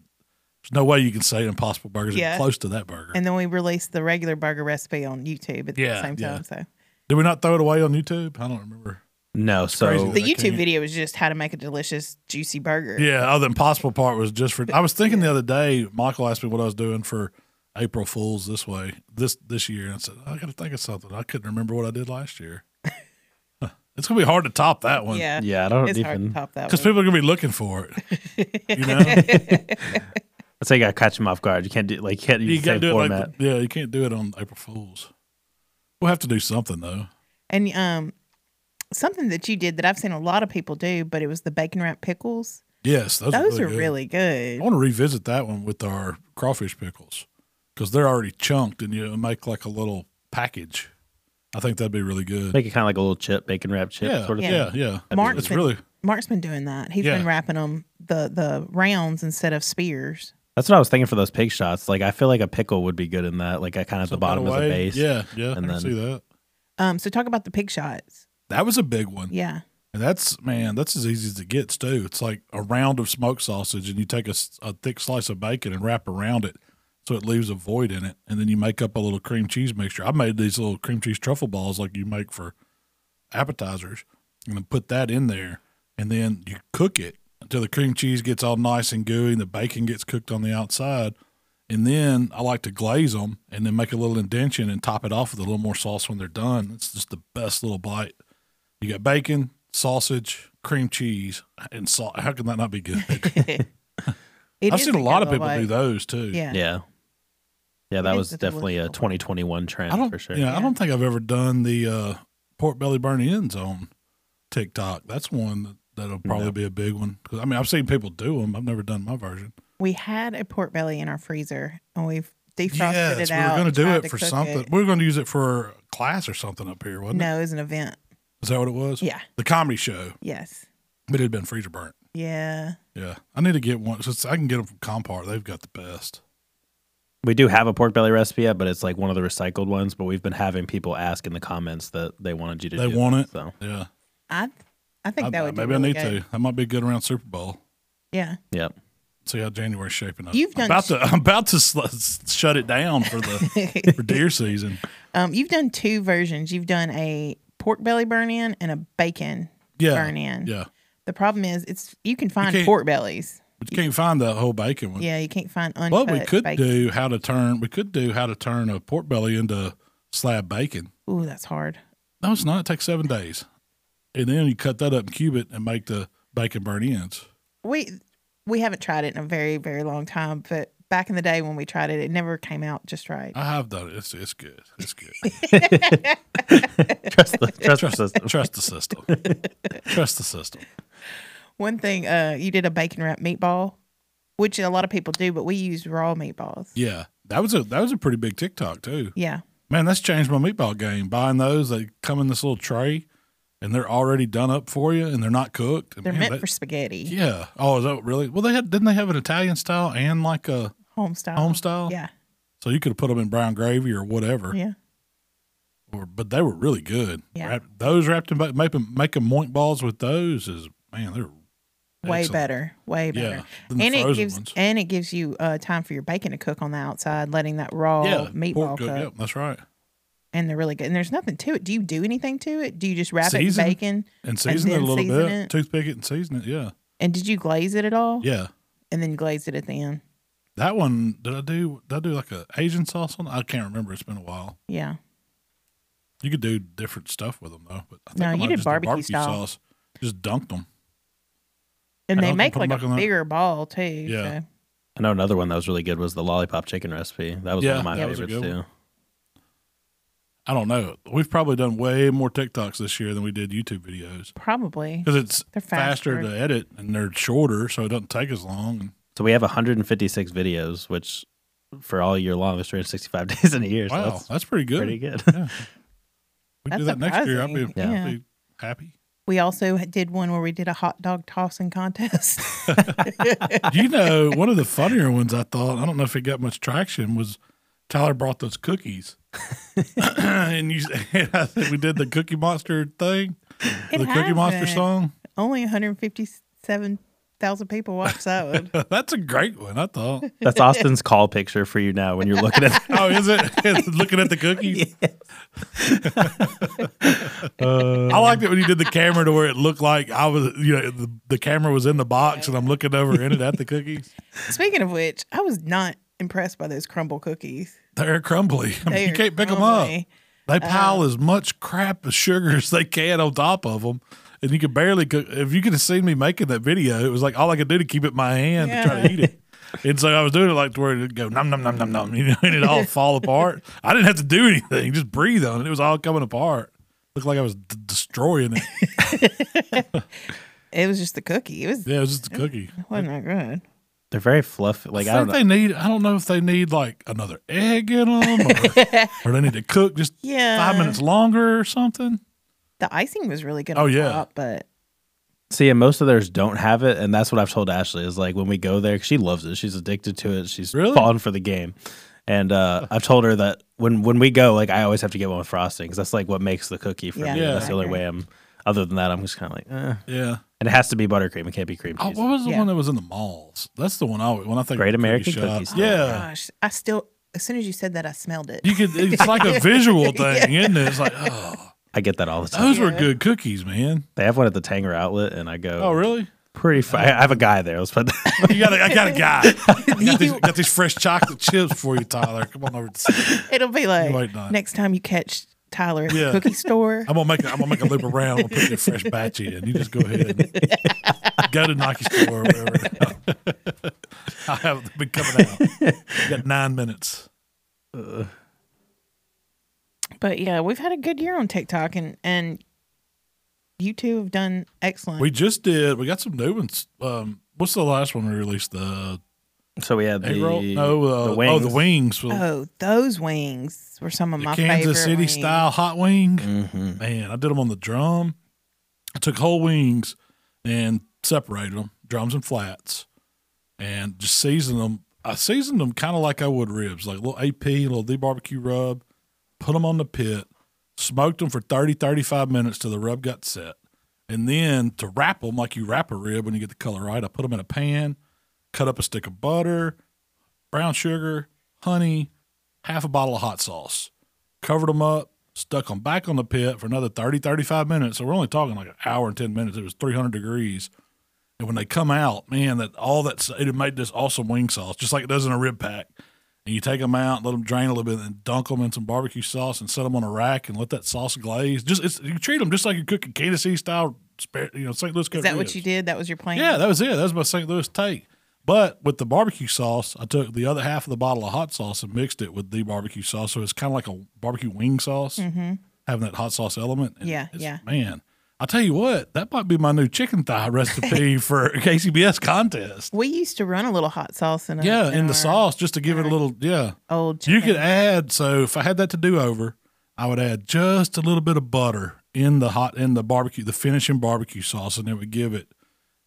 Speaker 2: there's no way you can say impossible burgers
Speaker 3: Yeah.
Speaker 2: close to that burger.
Speaker 3: And then we released the regular burger recipe on YouTube at
Speaker 2: Yeah,
Speaker 3: the same
Speaker 2: yeah.
Speaker 3: time. So
Speaker 2: did we not throw it away on YouTube? I don't remember.
Speaker 4: No, so
Speaker 2: crazy.
Speaker 3: the
Speaker 2: I
Speaker 3: YouTube
Speaker 2: can't-
Speaker 3: video is just how to make a delicious juicy burger.
Speaker 2: Yeah, oh, the impossible part was just for. I was thinking the other day, Michael asked me what I was doing for April Fools this way this this year, and I said I got to think of something. I couldn't remember what I did last year. Huh. it's gonna be hard to top that one.
Speaker 3: yeah,
Speaker 4: yeah, I don't
Speaker 3: It's hard to
Speaker 4: even.
Speaker 3: top that.
Speaker 2: Because
Speaker 3: One.
Speaker 2: people are gonna be looking for it, you know.
Speaker 4: I'd say you gotta catch them off guard. You can't do like you can't use
Speaker 2: you
Speaker 4: the
Speaker 2: can't
Speaker 4: same
Speaker 2: do it
Speaker 4: format.
Speaker 2: like yeah. You can't do it on April Fools. We'll have to do something though.
Speaker 3: And um, something that you did that I've seen a lot of people do, but it was the bacon wrap pickles.
Speaker 2: Yes, those,
Speaker 3: Those
Speaker 2: are
Speaker 3: are
Speaker 2: good. Oh.
Speaker 3: really good.
Speaker 2: I want to revisit that one with our crawfish pickles because they're already chunked, and you make like a little package. I think that'd be really good.
Speaker 4: Make it kind of like a little chip, bacon wrap chip
Speaker 2: yeah,
Speaker 4: sort of
Speaker 2: yeah,
Speaker 4: thing.
Speaker 2: yeah, yeah.
Speaker 3: Mark's
Speaker 2: it's
Speaker 3: been-
Speaker 2: really
Speaker 3: Mark's been doing that. He's
Speaker 2: Yeah.
Speaker 3: been wrapping them the the rounds instead of spears.
Speaker 4: That's what I was thinking for those pig shots. Like I feel like a pickle would be good in that. Like I kind of at the
Speaker 2: some
Speaker 4: bottom
Speaker 2: kind
Speaker 4: as
Speaker 2: of way.
Speaker 4: a base.
Speaker 2: Yeah, yeah.
Speaker 4: and
Speaker 2: I can
Speaker 4: then-
Speaker 2: see that.
Speaker 3: Um, so talk about the pig shots.
Speaker 2: That was a big one.
Speaker 3: Yeah,
Speaker 2: And that's man, that's as easy as it gets too. It's like a round of smoked sausage, and you take a, s- a thick slice of bacon and wrap around it, so it leaves a void in it. And then you make up a little cream cheese mixture. I made these little cream cheese truffle balls like you make for appetizers, and then put that in there, and then you cook it until the cream cheese gets all nice and gooey, and the bacon gets cooked on the outside. And then I like to glaze them, and then make a little indention and top it off with a little more sauce when they're done. It's just the best little bite. You got bacon, sausage, cream cheese, and salt. How can that not be good?
Speaker 3: It
Speaker 2: I've
Speaker 3: is
Speaker 2: seen a lot of
Speaker 3: good
Speaker 2: people
Speaker 3: little
Speaker 2: do
Speaker 3: bite.
Speaker 2: those too.
Speaker 3: Yeah.
Speaker 4: Yeah. Yeah, that
Speaker 3: is
Speaker 4: was
Speaker 3: a
Speaker 4: definitely a
Speaker 3: delicious one.
Speaker 4: 2021 trend
Speaker 2: I don't.
Speaker 4: for sure.
Speaker 2: yeah, I
Speaker 3: Yeah.
Speaker 2: don't think I've ever done the uh, pork belly burn ends on TikTok. That's one that, that'll probably be a big one. 'Cause, I mean, I've seen people do them. I've never done my version.
Speaker 3: We had a pork belly in our freezer, and we've defrosted it
Speaker 2: we
Speaker 3: out.
Speaker 2: were going
Speaker 3: and
Speaker 2: to do
Speaker 3: tried
Speaker 2: it for
Speaker 3: cook
Speaker 2: something.
Speaker 3: it.
Speaker 2: We were going to use it for a class or something up here, wasn't it?
Speaker 3: No, it was an event.
Speaker 2: Is that what it was?
Speaker 3: Yeah.
Speaker 2: The comedy show,
Speaker 3: Yes.
Speaker 2: but it had been freezer burnt.
Speaker 3: Yeah.
Speaker 2: Yeah, I need to get one. Since I can get them from Compart, they've got the best.
Speaker 4: We do have a pork belly recipe, yet, but it's like one of the recycled ones. But we've been having people ask in the comments that they wanted you to
Speaker 2: They
Speaker 4: do
Speaker 2: want
Speaker 4: that,
Speaker 2: it.
Speaker 4: So,
Speaker 2: Yeah,
Speaker 3: I I think
Speaker 2: I-
Speaker 3: that would be
Speaker 2: maybe I
Speaker 3: really
Speaker 2: need
Speaker 3: good.
Speaker 2: to. That might be good around Super Bowl.
Speaker 3: Yeah.
Speaker 4: yeah.
Speaker 2: See how January's shaping up.
Speaker 3: You've
Speaker 2: I'm
Speaker 3: done
Speaker 2: about
Speaker 3: sh-
Speaker 2: to. I'm about to sl- s- shut it down for the for deer season.
Speaker 3: Um, you've done two versions. You've done a pork belly burn in and a bacon
Speaker 2: Yeah,
Speaker 3: burn in.
Speaker 2: Yeah,
Speaker 3: The problem is it's you can find
Speaker 2: can't-
Speaker 3: pork bellies.
Speaker 2: but you can't find the whole bacon one.
Speaker 3: Yeah, you can't find uncut.
Speaker 2: But we could
Speaker 3: bacon.
Speaker 2: do how to turn. We could do how to turn a pork belly into slab bacon.
Speaker 3: Ooh, that's hard.
Speaker 2: No, it's not. It takes seven days, and then you cut that up and cube it and make the bacon burn ends.
Speaker 3: We we haven't tried it in a very very long time, but back in the day when we tried it, it never came out just right.
Speaker 2: I have done it. It's it's good. It's good.
Speaker 4: Trust the trust the system.
Speaker 2: Trust the system. Trust the system.
Speaker 3: One thing, uh, you did a bacon wrap meatball, which a lot of people do, but we use raw meatballs.
Speaker 2: Yeah, that was a that was a pretty big TikTok too.
Speaker 3: Yeah.
Speaker 2: Man, that's changed my meatball game. Buying those, they come in this little tray, and they're already done up for you, and they're not cooked. And
Speaker 3: They're
Speaker 2: man,
Speaker 3: meant
Speaker 2: that-
Speaker 3: for spaghetti.
Speaker 2: Yeah. Oh, is that really? Well, they had didn't they have an Italian style and like a
Speaker 3: Home style.
Speaker 2: home style?
Speaker 3: Uh-huh. Yeah.
Speaker 2: So you could have put them in brown gravy or whatever.
Speaker 3: Yeah.
Speaker 2: Or but they were really good.
Speaker 3: Yeah.
Speaker 2: Wrap, those wrapped in ba- make 'em- make 'em moink balls with those is man they're
Speaker 3: Way
Speaker 2: excellent.
Speaker 3: better. Way better.
Speaker 2: Yeah, than the
Speaker 3: and it
Speaker 2: frozen
Speaker 3: gives
Speaker 2: ones.
Speaker 3: and it gives you uh, time for your bacon to cook on the outside, letting that raw
Speaker 2: yeah
Speaker 3: meatball
Speaker 2: pork
Speaker 3: cook.
Speaker 2: cook, yep, that's right.
Speaker 3: And they're really good. And there's nothing to it. Do you do anything to it? Do you just wrap
Speaker 2: Season.
Speaker 3: it in bacon?
Speaker 2: And season it
Speaker 3: then
Speaker 2: a little
Speaker 3: season
Speaker 2: bit,
Speaker 3: it.
Speaker 2: toothpick it and season it. Yeah,
Speaker 3: And did you glaze it at all?
Speaker 2: yeah.
Speaker 3: And then glaze it at the end.
Speaker 2: That one did I do? Did I do like a Asian sauce on? it? I can't remember. It's been a while.
Speaker 3: Yeah.
Speaker 2: You could do different stuff with them though. But I think
Speaker 3: No,
Speaker 2: I
Speaker 3: you
Speaker 2: might
Speaker 3: did
Speaker 2: just do
Speaker 3: barbecue style.
Speaker 2: sauce. Just dunked them.
Speaker 3: And
Speaker 2: I
Speaker 3: they
Speaker 2: don't
Speaker 3: make
Speaker 2: put
Speaker 3: like a
Speaker 2: 'em back on that.
Speaker 3: bigger ball too.
Speaker 2: Yeah.
Speaker 3: So.
Speaker 4: I know another one that was really good was the lollipop chicken recipe. That was
Speaker 2: Yeah,
Speaker 4: one of my
Speaker 2: that was a
Speaker 4: favorites
Speaker 2: good
Speaker 4: too.
Speaker 2: I don't know. We've probably done way more TikToks this year than we did YouTube videos
Speaker 3: Probably.
Speaker 2: because it's
Speaker 3: They're
Speaker 2: faster.
Speaker 3: faster.
Speaker 2: to edit and they're shorter, so it doesn't take as long.
Speaker 4: So we have 156 videos, which for all year long is 365 days in a year. So
Speaker 2: wow, that's,
Speaker 4: that's
Speaker 2: pretty good.
Speaker 4: pretty good.
Speaker 2: We
Speaker 3: That's
Speaker 2: do that next year. I'll be,
Speaker 3: surprising.
Speaker 2: I'll
Speaker 3: Yeah.
Speaker 2: be happy.
Speaker 3: We also did one where we did a hot dog tossing contest.
Speaker 2: You know, one of the funnier ones I thought, I don't know if it got much traction, was Tyler brought those cookies. and you and I think we did the Cookie Monster thing,
Speaker 3: It
Speaker 2: the Cookie Monster
Speaker 3: happened.
Speaker 2: song.
Speaker 3: Only 157,000 people watched that one.
Speaker 2: That's a great one, I thought.
Speaker 4: That's Austin's call picture for you now when you're looking at.
Speaker 2: Oh, is it? Looking at the cookies? Uh, I liked it when you did the camera to where it looked like I was, you know, the, the camera was in the box and I'm looking over in it at the cookies.
Speaker 3: Speaking of which, I was not impressed by those crumble cookies.
Speaker 2: They're crumbly. I mean,
Speaker 3: They
Speaker 2: you
Speaker 3: are
Speaker 2: can't pick them up.
Speaker 3: crumbly. Uh,
Speaker 2: They pile as much crap as sugar as they can on top of them. And you could barely cook. If you could have seen me making that video, it was like all I could do to keep it in my hand to try to
Speaker 3: Yeah.
Speaker 2: eat it. And so I was doing it like to where it'd go nom nom nom nom nom, you know, and it'd all fall apart. I didn't have to do anything; just breathe on it. It was all coming apart. Looked like I was d- destroying it.
Speaker 3: It was just the cookie. It was
Speaker 2: Yeah, it was just a cookie.
Speaker 3: wasn't that good.
Speaker 4: They're very fluffy. Like I
Speaker 2: I
Speaker 4: don't
Speaker 2: think
Speaker 4: know.
Speaker 2: they need. I don't know if they need like another egg in them, or, or they need to cook just
Speaker 3: Yeah.
Speaker 2: five minutes longer or something.
Speaker 3: The icing was really good.
Speaker 2: Oh,
Speaker 3: on
Speaker 2: yeah.
Speaker 3: top, but
Speaker 4: See, and most of theirs don't have it, and that's what I've told Ashley is like when we go there, 'cause she loves it. She's addicted to it. She's
Speaker 2: Really?
Speaker 4: fallen for the game. And uh, I've told her that when when we go, like I always have to get one with frosting because that's like what makes the cookie for
Speaker 3: Yeah,
Speaker 4: me.
Speaker 2: Yeah.
Speaker 4: That's the only
Speaker 3: I
Speaker 4: way I'm. Other than that, I'm just kind of like, eh.
Speaker 2: Yeah.
Speaker 4: and it has to be buttercream. It can't be cream
Speaker 2: Oh,
Speaker 4: cheese.
Speaker 2: what was the
Speaker 3: Yeah.
Speaker 2: one that was in the malls? That's the one I when I think
Speaker 4: Great
Speaker 2: of cookie
Speaker 4: American
Speaker 2: shop.
Speaker 4: Cookie Store.
Speaker 3: Oh,
Speaker 2: Yeah,
Speaker 3: gosh, I still as soon as you said that, I smelled it.
Speaker 2: you could. It's like a visual thing, isn't it? It's like, oh,
Speaker 4: I get that all the time.
Speaker 2: those were good cookies, man.
Speaker 4: They have one at the Tanger outlet, and I go,
Speaker 2: Oh, really?
Speaker 4: Pretty. Fi- I have a guy there. Let's put. That-
Speaker 2: You got. A, I got a guy. I got, these, got these fresh chocolate chips for you, Tyler. Come on over. To
Speaker 3: It'll be
Speaker 2: might
Speaker 3: like
Speaker 2: not.
Speaker 3: next time you catch Tyler at
Speaker 2: Yeah.
Speaker 3: the cookie store.
Speaker 2: I'm gonna make. A, I'm gonna make a loop around. I'm gonna put your fresh batch in. You just go ahead. and Go to Nike store or whatever. I have been coming out. You got nine minutes.
Speaker 3: But yeah, we've had a good year on TikTok, and and you two have done excellent.
Speaker 2: We just did. We got some new ones. Um, what's the last one we released? The
Speaker 4: so we had the,
Speaker 2: egg roll? No, uh,
Speaker 4: the wings.
Speaker 2: oh, the wings. Well,
Speaker 3: oh, those wings were some of
Speaker 2: the
Speaker 3: my favorite.
Speaker 2: Kansas City
Speaker 3: wings.
Speaker 2: style hot wing.
Speaker 4: Mm-hmm.
Speaker 2: Man, I did them on the drum. I took whole wings and separated them, drums and flats, and just seasoned them. I seasoned them kind of like I would ribs, like a little AP, a little D barbecue rub, put them on the pit, smoked them for 30, 35 minutes till the rub got set. And then to wrap them like you wrap a rib when you get the color right, I put them in a pan, cut up a stick of butter, brown sugar, honey, half a bottle of hot sauce. Covered them up, stuck them back on the pit for another 30, 35 minutes. So we're only talking like an hour and 10 minutes. It was 300 degrees. And when they come out, man, that all that it had made this awesome wing sauce, just like it does in a rib pack. And you take them out, let them drain a little bit, and dunk them in some barbecue sauce, and set them on a rack, and let that sauce glaze. Just it's, you treat them just like you're cooking Kansas City style, spare- you know, St. Louis.
Speaker 3: Is that what you did? That was your plan.
Speaker 2: Yeah, that was it. That was my St. Louis take. But with the barbecue sauce, I took the other half of the bottle of hot sauce and mixed it with the barbecue sauce. So it's kind of like a barbecue wing sauce, having that hot sauce element. And
Speaker 3: Mm-hmm. Yeah,
Speaker 2: it's-
Speaker 3: yeah.
Speaker 2: Man, I tell you what, that might be my new chicken thigh recipe for KCBS contest.
Speaker 3: We used to run a little hot sauce in a,
Speaker 2: Yeah, in the
Speaker 3: our
Speaker 2: sauce just to give it a little, yeah.
Speaker 3: old.
Speaker 2: You
Speaker 3: chicken.
Speaker 2: could add so if I had that to do over, I would add just a little bit of butter in the hot in the barbecue, the finishing barbecue sauce, and it would give it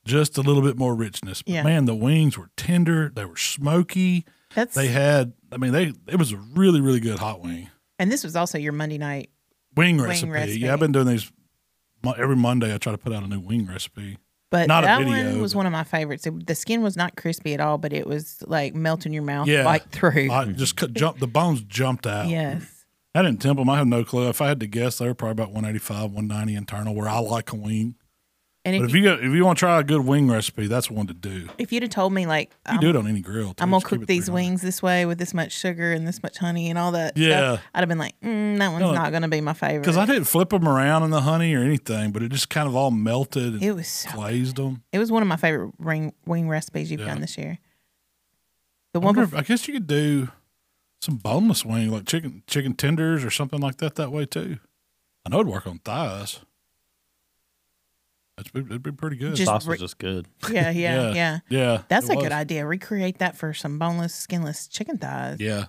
Speaker 2: just a little bit more richness. But
Speaker 3: Yeah.
Speaker 2: man, the wings were tender, they were smoky.
Speaker 3: That's
Speaker 2: They had I mean they it was a really, really good hot wing.
Speaker 3: and this was also your Monday night.
Speaker 2: Wing recipe.
Speaker 3: recipe.
Speaker 2: Yeah, I've been doing these mo- every Monday I try to put out a new wing recipe.
Speaker 3: But
Speaker 2: Not a
Speaker 3: that
Speaker 2: video,
Speaker 3: one was
Speaker 2: but-
Speaker 3: one of my favorites. It- the skin was not crispy at all, but it was like melt in your mouth,
Speaker 2: Yeah.
Speaker 3: bite through.
Speaker 2: I just cut, jump the bones jumped out.
Speaker 3: yes.
Speaker 2: I didn't temp them. I had no clue. If I had to guess, they were probably about 185, 190 internal, where I like a wing.
Speaker 3: And
Speaker 2: But
Speaker 3: if,
Speaker 2: if
Speaker 3: you,
Speaker 2: you got, if you want to try a good wing recipe, that's one to do. You
Speaker 3: if you'd have told me like
Speaker 2: can
Speaker 3: I'm,
Speaker 2: do it on any grill. too.
Speaker 3: I'm gonna
Speaker 2: Just keep
Speaker 3: cook
Speaker 2: it
Speaker 3: these
Speaker 2: 300.
Speaker 3: wings this way with this much sugar and this much honey and all that,
Speaker 2: Yeah.
Speaker 3: stuff, I'd have been like, mm, that one's
Speaker 2: No,
Speaker 3: not gonna be my favorite.
Speaker 2: because I didn't flip them around in the honey or anything, but it just kind of all melted and
Speaker 3: It was so
Speaker 2: glazed them.
Speaker 3: it was one of my favorite wing wing recipes you've done this year. The
Speaker 2: I,
Speaker 3: one
Speaker 2: wonder
Speaker 3: before.
Speaker 2: if- I guess you could do some boneless wing, like chicken chicken tenders or something like that. That way too. I know it'd work on thighs. That'd be, that'd be pretty good.
Speaker 3: Just
Speaker 4: sauce was
Speaker 3: re-
Speaker 4: just good.
Speaker 3: yeah, yeah, yeah,
Speaker 2: yeah.
Speaker 3: That's
Speaker 2: it
Speaker 3: a
Speaker 2: was.
Speaker 3: good idea. Recreate that for some boneless, skinless chicken thighs.
Speaker 2: Yeah,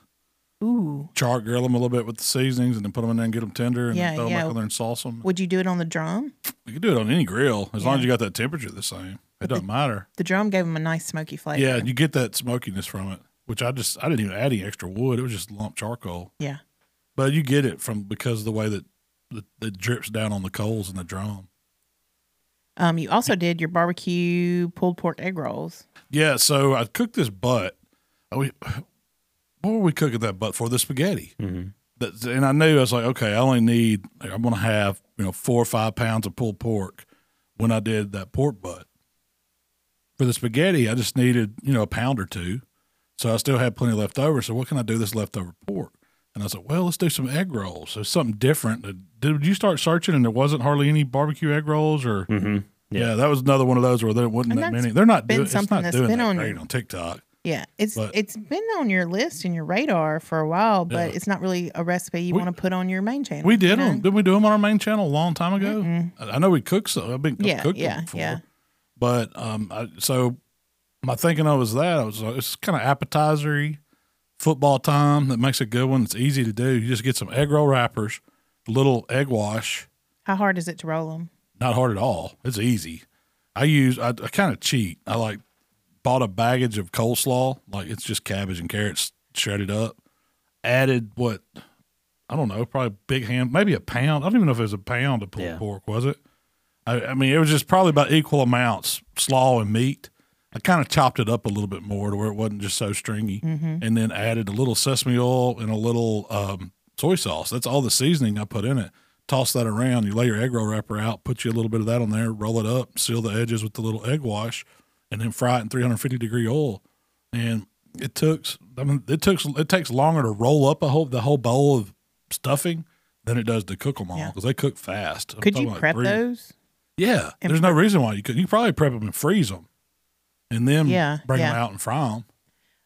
Speaker 3: Ooh.
Speaker 2: char grill them a little bit with the seasonings and then put them in there and get them tender and
Speaker 3: Yeah,
Speaker 2: then throw them
Speaker 3: yeah.
Speaker 2: back on there and sauce them.
Speaker 3: Would you do it on the drum?
Speaker 2: You can do it on any grill as long as you got that temperature the same. It doesn't matter.
Speaker 3: The drum gave them a nice smoky flavor.
Speaker 2: Yeah, you get that smokiness from it, which I just I didn't even add any extra wood. It was just lump charcoal,
Speaker 3: Yeah.
Speaker 2: but you get it from because of the way that the, it drips down on the coals in the drum.
Speaker 3: Um, you also did your barbecue pulled pork egg rolls.
Speaker 2: Yeah, so I cooked this butt. Oh, we, what were we cooking that butt for? The spaghetti. That, and I knew I was like, okay, I only need like, I'm gonna have you know four or five pounds of pulled pork when I did that pork butt. For the spaghetti, I just needed you know a pound or two, so I still had plenty left over. So what can I do with this leftover pork? And I was like, well, let's do some egg rolls. So something different. Did you start searching and there wasn't hardly any barbecue egg rolls or? Yeah. that was another one of those where there wasn't
Speaker 3: And
Speaker 2: that
Speaker 3: that's
Speaker 2: many. They're not
Speaker 3: been
Speaker 2: doing. It's
Speaker 3: something
Speaker 2: not
Speaker 3: that's
Speaker 2: doing
Speaker 3: been
Speaker 2: that
Speaker 3: on
Speaker 2: great
Speaker 3: your-
Speaker 2: on TikTok.
Speaker 3: Yeah, it's
Speaker 2: But-
Speaker 3: it's been on your list and your radar for a while, but
Speaker 2: Yeah.
Speaker 3: it's not really a recipe you
Speaker 2: We-
Speaker 3: want to put on your main channel.
Speaker 2: We did
Speaker 3: you know?
Speaker 2: them. Didn't we do them on our main channel a long time ago? I I know we cooked some. I've been I've
Speaker 3: Yeah,
Speaker 2: cooked
Speaker 3: yeah,
Speaker 2: them before.
Speaker 3: yeah.
Speaker 2: But um, I, so my thinking of was that I was like, it's kind of appetizery football time that makes a good one. It's easy to do. You just get some egg roll wrappers, a little egg wash.
Speaker 3: How hard is it to roll them?
Speaker 2: Not hard at all. It's easy. I use. I, I kind of cheat. I like bought a baggage of coleslaw. Like it's just cabbage and carrots shredded up. Added what I don't know, probably a big hand, maybe a pound. I don't even know if it was a pound of pulled
Speaker 4: Yeah.
Speaker 2: pork, was it? I, I mean, it was just probably about equal amounts slaw and meat. I kind of chopped it up a little bit more to where it wasn't just so stringy,
Speaker 3: Mm-hmm.
Speaker 2: and then added a little sesame oil and a little um, soy sauce. That's all the seasoning I put in it. Toss that around. You lay your egg roll wrapper out, put you a little bit of that on there, roll it up, seal the edges with the little egg wash, and then fry it in 350 degree oil. And it took, I mean, it took, it takes longer to roll up a whole the whole bowl of stuffing than it does to cook them all
Speaker 3: Yeah.
Speaker 2: because they cook fast. I'm
Speaker 3: Could
Speaker 2: talking
Speaker 3: you
Speaker 2: like
Speaker 3: prep
Speaker 2: three-
Speaker 3: those?
Speaker 2: yeah,
Speaker 3: And
Speaker 2: there's no reason why you could. You could probably prep them and freeze them, and then
Speaker 3: Yeah,
Speaker 2: bring them
Speaker 3: yeah.
Speaker 2: out and fry them.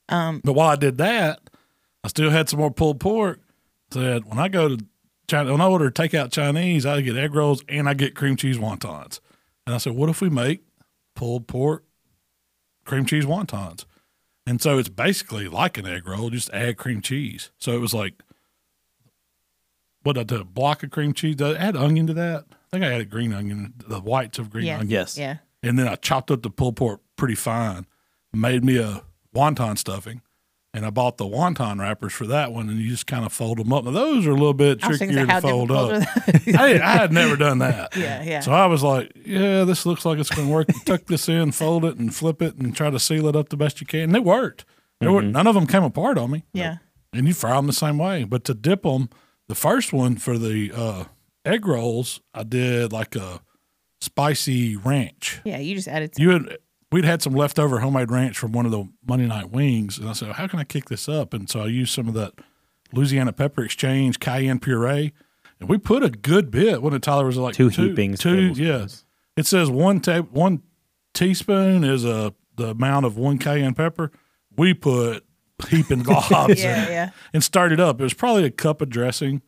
Speaker 3: Um,
Speaker 2: But while I did that, I still had some more pulled pork. Said when I go to China, when I order takeout Chinese, I get egg rolls and I get cream cheese wontons. And I said, what if we make pulled pork cream cheese wontons? And so it's basically like an egg roll, just add cream cheese. So it was like what did I do? A block of cream cheese. Did I add onion to that? I think I added green onion, the whites of green
Speaker 3: Yeah.
Speaker 2: onion.
Speaker 4: Yes.
Speaker 3: Yeah.
Speaker 2: And then I chopped up the pulled pork pretty fine, made me a wonton stuffing, and I bought the wonton wrappers for that one. And you just kind of fold them up. Now, those are a little bit
Speaker 3: I was thinking
Speaker 2: trickier
Speaker 3: how
Speaker 2: to fold
Speaker 3: difficult
Speaker 2: up.
Speaker 3: are those?
Speaker 2: I, I had never done that.
Speaker 3: Yeah, yeah.
Speaker 2: So I was like, yeah, this looks like it's going to work. Tuck this in, fold it, and flip it, and try to seal it up the best you can. And it worked. There were, none of them came apart on me
Speaker 3: yeah.
Speaker 2: and you fry them the same way. But to dip them, the first one for the uh, egg rolls, I did like a spicy ranch.
Speaker 3: Yeah. You just added some.
Speaker 2: You had we'd had some leftover homemade ranch from one of the Monday night wings, and I said, "How can I kick this up?" And so I used some of that Louisiana Pepper Exchange cayenne puree, and we put a good bit. When Tyler was like
Speaker 4: Two heapings,
Speaker 2: two
Speaker 4: tablespoons.
Speaker 2: yes. It says one ta- one teaspoon is a the amount of one cayenne pepper. We put heaping globs in
Speaker 3: Yeah.
Speaker 2: it
Speaker 3: Yeah.
Speaker 2: and started up. It was probably a cup of dressing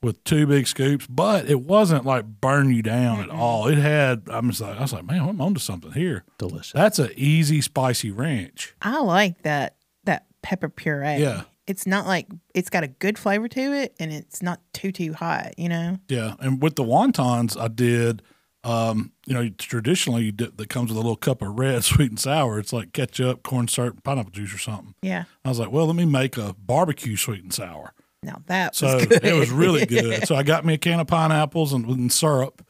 Speaker 2: with two big scoops, but it wasn't like burn you down at all. It had I'm just like I was like, man, I'm onto something here.
Speaker 4: Delicious.
Speaker 2: That's an easy spicy ranch.
Speaker 3: I like that that pepper puree.
Speaker 2: Yeah.
Speaker 3: It's not like it's got a good flavor to it, and it's not too too hot. You know.
Speaker 2: Yeah, and with the wontons, I did. Um, you know, traditionally you dip, that comes with a little cup of red, sweet and sour. It's like ketchup, corn syrup, pineapple juice, or something.
Speaker 3: Yeah.
Speaker 2: I was like, well, let me make a barbecue sweet and sour.
Speaker 3: Now that
Speaker 2: So
Speaker 3: was good.
Speaker 2: it was really good. So I got me a can of pineapples and, and syrup.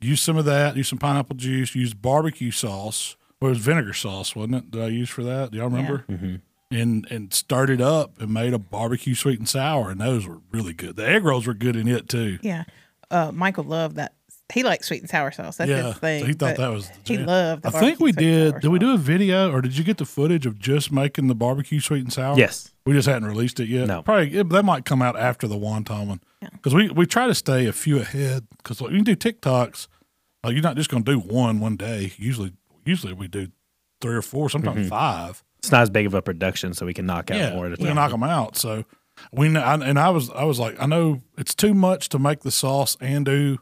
Speaker 2: Used some of that. Used some pineapple juice. Used barbecue sauce. Well, it was vinegar sauce, wasn't it? That I used for that. Do y'all remember? Mm-hmm. And and started up and made a barbecue sweet and sour, and those were really good. The egg rolls were good in it too.
Speaker 3: Yeah. Uh, Michael loved that. He likes sweet and sour sauce. That's
Speaker 2: Yeah,
Speaker 3: his thing.
Speaker 2: so he thought
Speaker 3: but
Speaker 2: that was the
Speaker 3: He
Speaker 2: jam.
Speaker 3: loved. The
Speaker 2: I think
Speaker 3: barbecue
Speaker 2: we
Speaker 3: sweet and
Speaker 2: did.
Speaker 3: sour
Speaker 2: Did we
Speaker 3: sauce.
Speaker 2: do a video or did you get the footage of just making the barbecue sweet and sour?
Speaker 4: Yes.
Speaker 2: We just hadn't released it yet.
Speaker 4: No.
Speaker 2: Probably it, that might come out after the wonton one because we we try to stay a few ahead because like, you can do TikToks. Like you're not just going to do one one day. Usually, usually we do three or four, sometimes
Speaker 4: Mm-hmm.
Speaker 2: five.
Speaker 4: It's not as big of a production, so we can knock out more at a
Speaker 2: We
Speaker 4: time.
Speaker 2: knock them out. So we know, I- and I was I was like, I know it's too much to make the sauce and do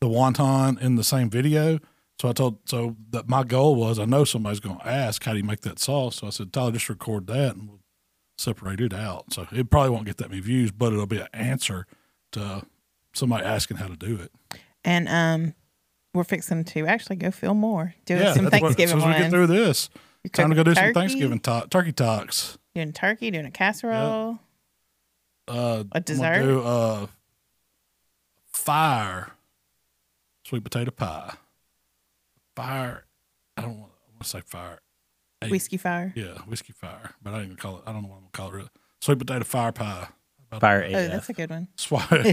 Speaker 2: the wonton in the same video. So I told so that my goal was I know somebody's going to ask how do you make that sauce. So I said Tyler, just record that and we'll separated out. So it probably won't get that many views, but it'll be an answer to somebody asking how to do it.
Speaker 3: And um, we're fixing to actually go film more, doing
Speaker 2: yeah,
Speaker 3: some
Speaker 2: that's what-
Speaker 3: Thanksgiving
Speaker 2: as soon as we get
Speaker 3: ones.
Speaker 2: through this, time to go do some
Speaker 3: turkey.
Speaker 2: Thanksgiving talk, turkey talks.
Speaker 3: doing turkey, doing a casserole.
Speaker 2: Uh,
Speaker 3: A
Speaker 2: I'm
Speaker 3: dessert?
Speaker 2: gonna do uh, fire, sweet potato pie, fire. I don't want to say fire. Hey.
Speaker 3: Whiskey fire. Oh,
Speaker 2: Yeah, whiskey fire, but I ain't gonna call it. I don't know what I'm gonna call it. Really. Sweet potato fire pie.
Speaker 4: Fire
Speaker 3: Oh, that's
Speaker 4: AF.
Speaker 3: a good one.
Speaker 2: Swi-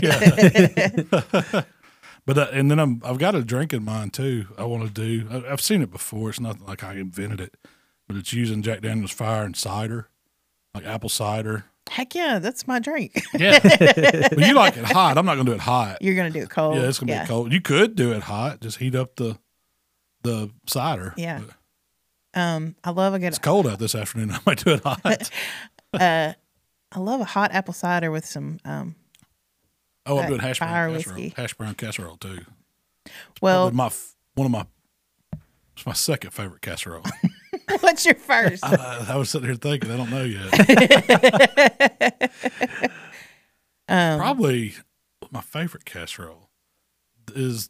Speaker 2: yeah. but uh, and then I'm I've got a drink in mind too. I want to do. I, I've seen it before. It's nothing like I invented it, but it's using Jack Daniel's fire and cider, like apple cider.
Speaker 3: Heck yeah, that's my drink.
Speaker 2: Yeah, but you like it hot. I'm not gonna do it hot.
Speaker 3: You're gonna do it cold.
Speaker 2: Yeah, it's gonna be cold. You could do it hot. Just heat up the the cider.
Speaker 3: Yeah.
Speaker 2: But
Speaker 3: Um, I love a good.
Speaker 2: it's cold out this afternoon. I might do it hot.
Speaker 3: Uh, I love a hot apple cider with some. Um,
Speaker 2: Oh, I'm
Speaker 3: Like
Speaker 2: doing hash
Speaker 3: fire
Speaker 2: brown casserole.
Speaker 3: whiskey.
Speaker 2: Hash brown casserole too.
Speaker 3: well,
Speaker 2: Probably my f- one of my it's my second favorite casserole.
Speaker 3: what's your first?
Speaker 2: I, I was sitting here thinking I don't know yet.
Speaker 3: Um,
Speaker 2: Probably my favorite casserole is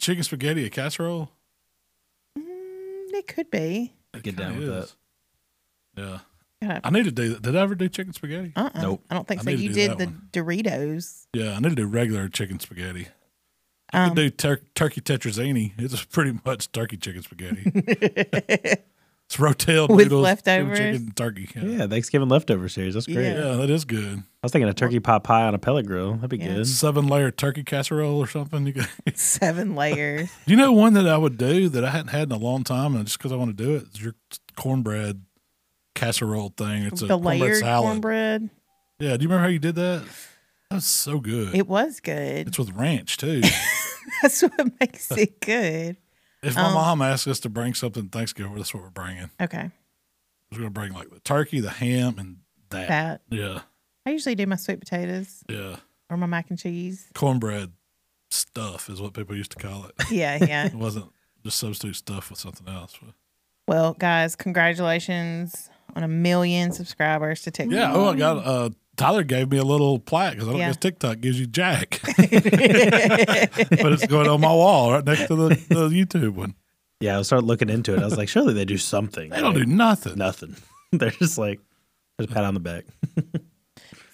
Speaker 2: chicken spaghetti a casserole.
Speaker 3: it could be.
Speaker 2: It
Speaker 4: Get down
Speaker 2: kinda
Speaker 4: with
Speaker 2: is. Yeah,
Speaker 3: Gotta-
Speaker 2: I need to do that. Did I ever do chicken spaghetti?
Speaker 3: Uh-uh.
Speaker 4: Nope.
Speaker 3: I don't think
Speaker 2: I
Speaker 3: so.
Speaker 2: need to
Speaker 3: You
Speaker 2: do
Speaker 3: did
Speaker 2: that
Speaker 3: the
Speaker 2: one.
Speaker 3: Doritos.
Speaker 2: Yeah, I need to do regular chicken spaghetti. I
Speaker 3: Um,
Speaker 2: could do tur- turkey tetrazzini. It's pretty much turkey chicken spaghetti. it's rotel
Speaker 3: With
Speaker 2: noodles,
Speaker 3: leftovers.
Speaker 2: chicken, and turkey. Yeah.
Speaker 4: Yeah, Thanksgiving leftover series. That's great.
Speaker 3: Yeah.
Speaker 4: I
Speaker 2: Yeah, that is good.
Speaker 4: was thinking a turkey pot pie on a pellet grill. That'd be
Speaker 3: Yeah.
Speaker 4: good.
Speaker 2: Seven layer turkey casserole or something. You could-
Speaker 3: Seven layers.
Speaker 2: Do you know one that I would do that I hadn't had in a long time, and just because I want to do it is your cornbread casserole thing. It's a
Speaker 3: the
Speaker 2: cornbread
Speaker 3: layered
Speaker 2: salad.
Speaker 3: cornbread.
Speaker 2: Yeah, do you remember how you did that? That was so good.
Speaker 3: It was good.
Speaker 2: it's with ranch too.
Speaker 3: That's what makes it good.
Speaker 2: if
Speaker 3: Um,
Speaker 2: my mom asks us to bring something Thanksgiving, that's what we're bringing.
Speaker 3: Okay.
Speaker 2: We're gonna bring like the turkey, the ham, and that.
Speaker 3: That
Speaker 2: Yeah,
Speaker 3: I usually do my sweet potatoes
Speaker 2: yeah.
Speaker 3: or my mac and cheese.
Speaker 2: Cornbread stuff is what people used to call it.
Speaker 3: Yeah, yeah.
Speaker 2: It wasn't just substitute stuff with something else. but-
Speaker 3: well, guys, congratulations on a million subscribers to TikTok.
Speaker 2: Yeah. Oh, I got. Uh, Tyler gave me a little plaque because I don't
Speaker 3: Yeah.
Speaker 2: guess TikTok gives you jack, but it's going on my wall right next to the, the YouTube one.
Speaker 4: Yeah, I started looking into it. I was like, surely they do something.
Speaker 2: They don't do
Speaker 4: Like,
Speaker 2: nothing.
Speaker 4: nothing. They're just like, just pat on the back.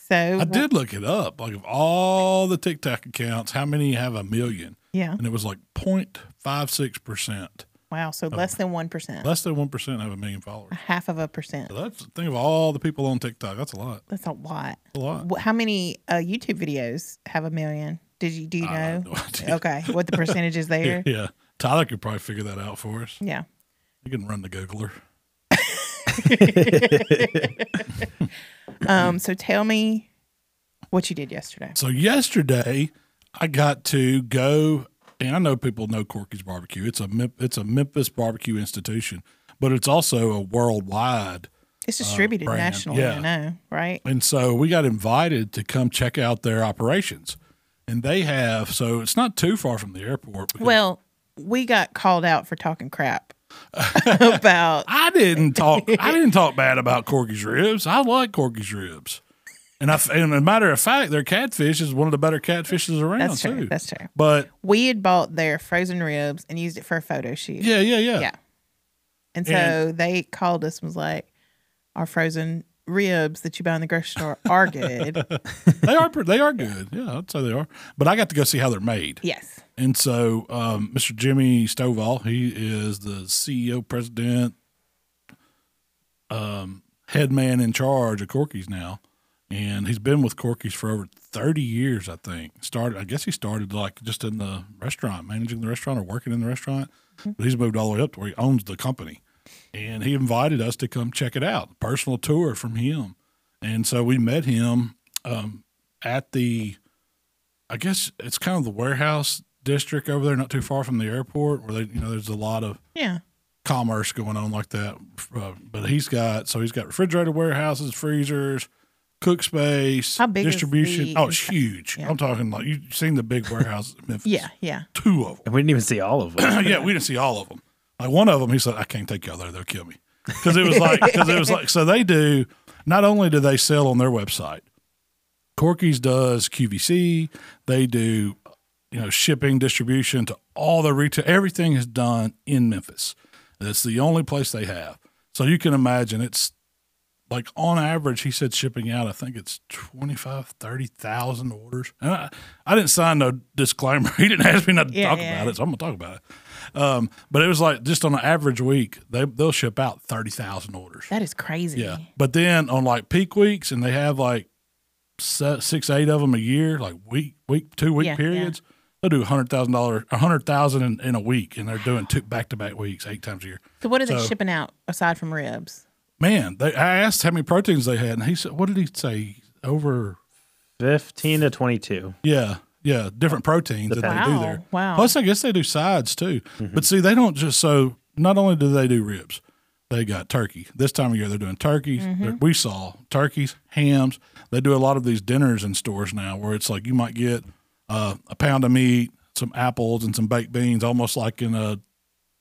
Speaker 3: So
Speaker 2: I did look it up. Like of all the TikTok accounts, how many have a million?
Speaker 3: Yeah.
Speaker 2: And it was like 0.56 percent,
Speaker 3: Wow. So less than one percent.
Speaker 2: Oh. less than one percent have a million followers.
Speaker 3: Half of a percent.
Speaker 2: So that's think of all the people on TikTok. That's a lot.
Speaker 3: That's a lot.
Speaker 2: A lot.
Speaker 3: Wh- How many uh, YouTube videos have a million? Did you do you know?
Speaker 2: I have no idea.
Speaker 3: Okay, what the percentage is there?
Speaker 2: Yeah. Tyler could probably figure that out for us.
Speaker 3: yeah.
Speaker 2: He can run the Googler.
Speaker 3: Um. So tell me what you did yesterday.
Speaker 2: So yesterday, I got to go, and I know people know Corky's Barbecue. It's a Mem- it's a Memphis barbecue institution, but it's also a worldwide.
Speaker 3: It's distributed
Speaker 2: Uh, brand,
Speaker 3: nationally.
Speaker 2: yeah.
Speaker 3: I know, right?
Speaker 2: And so we got invited to come check out their operations, and they have so it's not too far from the airport. because
Speaker 3: Well, we got called out for talking crap about.
Speaker 2: I didn't talk. I didn't talk bad about Corky's ribs. I like Corky's ribs, and I and a matter of fact, their catfish is one of the better catfishes around
Speaker 3: That's true.
Speaker 2: too.
Speaker 3: That's true.
Speaker 2: but
Speaker 3: We had bought their frozen ribs and used it for a photo shoot.
Speaker 2: yeah, yeah, yeah,
Speaker 3: Yeah. And so
Speaker 2: And-
Speaker 3: they called us and was like, our frozen ribs that you buy in the grocery store are good.
Speaker 2: they are pre- they are good. Yeah, I'd say they are. But I got to go see how they're made.
Speaker 3: yes.
Speaker 2: And so, um, Mr. Jimmy Stovall, he is the CEO, president, um, head man in charge of Corky's now, and he's been with Corky's for over thirty years, I think. Started, I guess he started like just in the restaurant, managing the restaurant or working in the restaurant, but he's moved all the way up to where he owns the company. And he invited us to come check it out, personal tour from him. And so we met him um, at the I guess it's kind of the warehouse district over there, not too far from the airport, where they, you know, there's a lot of
Speaker 3: Yeah.
Speaker 2: commerce going on like that. Uh, but he's got so he's got refrigerator warehouses, freezers, cook space,
Speaker 3: How big is
Speaker 2: distribution.
Speaker 3: the-
Speaker 2: oh, it's huge.
Speaker 3: Yeah.
Speaker 2: I'm talking like you've seen the big warehouses in Memphis.
Speaker 3: Yeah. Yeah.
Speaker 2: two of them.
Speaker 4: And we didn't even see all of them.
Speaker 2: yeah, we didn't see all of them. Like one of them, he said, "I can't take y'all there; they'll kill me," because it was like because it was like so they do. Not only do they sell on their website, Corky's does QVC. They do, you know, shipping, distribution to all the retail. Everything is done in Memphis. It's the only place they have. So you can imagine it's like on average, he said shipping out, I think it's 25, 30,000 orders. And I, I didn't sign no disclaimer. He didn't ask me not to
Speaker 3: Yeah,
Speaker 2: talk
Speaker 3: yeah.
Speaker 2: about it. So I'm going to talk about it. Um, but it was like just on an average week, they, they'll ship out 30,000 orders.
Speaker 3: That is crazy.
Speaker 2: Yeah. But then on like peak weeks, and they have like se- six, eight of them a year, like week, week, two week
Speaker 3: Yeah, yeah.
Speaker 2: periods. They'll do hundred thousand dollars, a hundred thousand in, in a week, and they're doing two back to back weeks, eight times a year.
Speaker 3: So what are they
Speaker 2: So-
Speaker 3: shipping out aside from ribs?
Speaker 2: Man, they, I asked how many proteins they had, and he said, "What did he say? Over,
Speaker 4: 15 to 22.
Speaker 2: yeah, yeah, different proteins that they do
Speaker 3: Wow.
Speaker 2: there.
Speaker 3: Wow.
Speaker 2: Plus, I guess they do sides too.
Speaker 4: Mm-hmm.
Speaker 2: But see, they don't just so. Not only do they do ribs, they got turkey. This time of year, they're doing turkeys.
Speaker 4: Mm-hmm.
Speaker 2: They're- We saw turkeys, hams. They do a lot of these dinners in stores now, where it's like you might get uh, a pound of meat, some apples, and some baked beans, almost like in a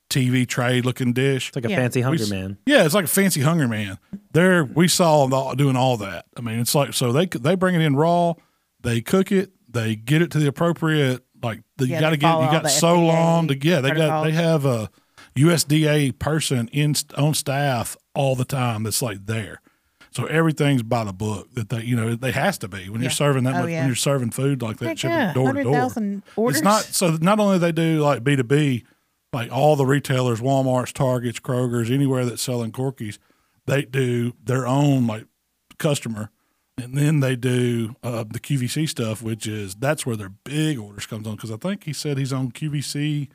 Speaker 2: TV tray looking dish.
Speaker 4: It's like a
Speaker 3: Yeah.
Speaker 4: fancy hunger
Speaker 2: s-
Speaker 4: man.
Speaker 2: Yeah, it's like a fancy Hunger Man. There, we saw them all- doing all that. I mean, it's like so they they bring it in raw, they cook it, they get it to the appropriate like the, you
Speaker 3: Yeah, they
Speaker 2: got to get
Speaker 3: follow
Speaker 2: you
Speaker 3: all
Speaker 2: got
Speaker 3: the
Speaker 2: so
Speaker 3: FDA
Speaker 2: long to yeah they got
Speaker 3: protocols.
Speaker 2: they have a USDA person in on staff all the time that's like there. So everything's by the book that they you know they has to be when you're
Speaker 3: Yeah.
Speaker 2: serving that
Speaker 3: Oh,
Speaker 2: much,
Speaker 3: yeah.
Speaker 2: when you're serving food like that
Speaker 3: Heck
Speaker 2: shipping
Speaker 3: yeah,
Speaker 2: door to door.
Speaker 3: 100,000 orders.
Speaker 2: It's not so not only they do like B two B, like all the retailers, Walmart's, Targets, Kroger's, anywhere that's selling corkies, they do their own like customer, and then they do uh, the QVC stuff, which is that's where their big orders comes on because I think he said he's on QVC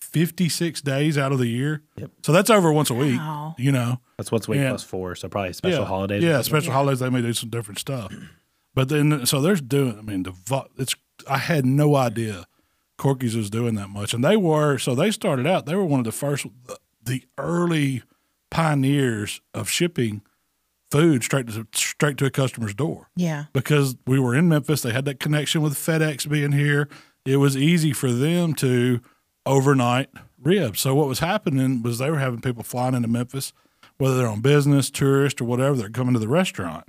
Speaker 2: fifty six days out of the year, so that's over once a week,
Speaker 3: Wow.
Speaker 2: you know.
Speaker 4: That's what's week
Speaker 2: Yeah.
Speaker 4: plus four. So probably special
Speaker 2: yeah.
Speaker 4: holidays.
Speaker 2: Yeah,
Speaker 4: or something.
Speaker 2: special holidays. They may do some different stuff. But then, so there's doing. I mean, the vo- it's. I had no idea Corky's was doing that much, and they were. So they started out. They were one of the first, the early pioneers of shipping food straight to straight to a customer's door
Speaker 3: Yeah.
Speaker 2: because we were in Memphis. They had that connection with FedEx being here. It was easy for them to overnight ribs. So what was happening was they were having people flying into Memphis, whether they're on business, tourist, or whatever. They're coming to the restaurant.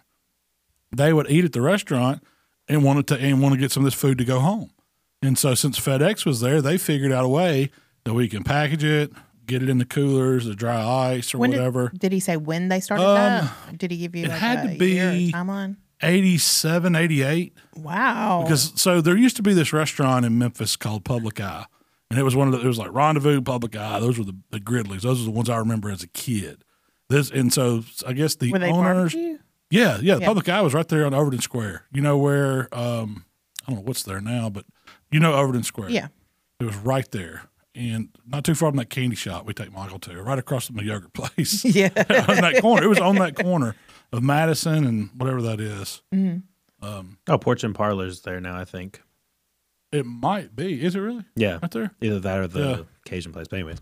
Speaker 2: They would eat at the restaurant and wanted to and want to get some of this food to go home. And so since FedEx was there, they figured out a way that we can package it, get it in the coolers, the dry ice, or
Speaker 3: When did-
Speaker 2: whatever.
Speaker 3: Did, he say when they started
Speaker 2: Um,
Speaker 3: that? Did he give you
Speaker 2: it
Speaker 3: like
Speaker 2: had
Speaker 3: a
Speaker 2: to be-
Speaker 3: year or timeline?
Speaker 2: 87, 88.
Speaker 3: Wow.
Speaker 2: because so there used to be this restaurant in Memphis called Public Eye, and it was one of the, it was like Rendezvous, Public Eye. Those were the, the Gridleys. Those are the ones I remember as a kid. This and so I guess the
Speaker 3: were they
Speaker 2: owners,
Speaker 3: barbecue?
Speaker 2: yeah, yeah, the
Speaker 3: Yeah.
Speaker 2: Public Eye was right there on Overton Square. You know where um I don't know what's there now, but you know Overton Square.
Speaker 3: Yeah.
Speaker 2: It was right there. And not too far from that candy shop we take Michael to, right across from the yogurt place.
Speaker 3: Yeah.
Speaker 2: on that corner. It was on that corner of Madison and whatever that is.
Speaker 4: Oh, Porch and Parlor's there now, I think.
Speaker 2: It might be. Is it really?
Speaker 4: Yeah.
Speaker 2: Right there?
Speaker 4: Either that or the
Speaker 2: Yeah.
Speaker 4: Cajun place. But anyway,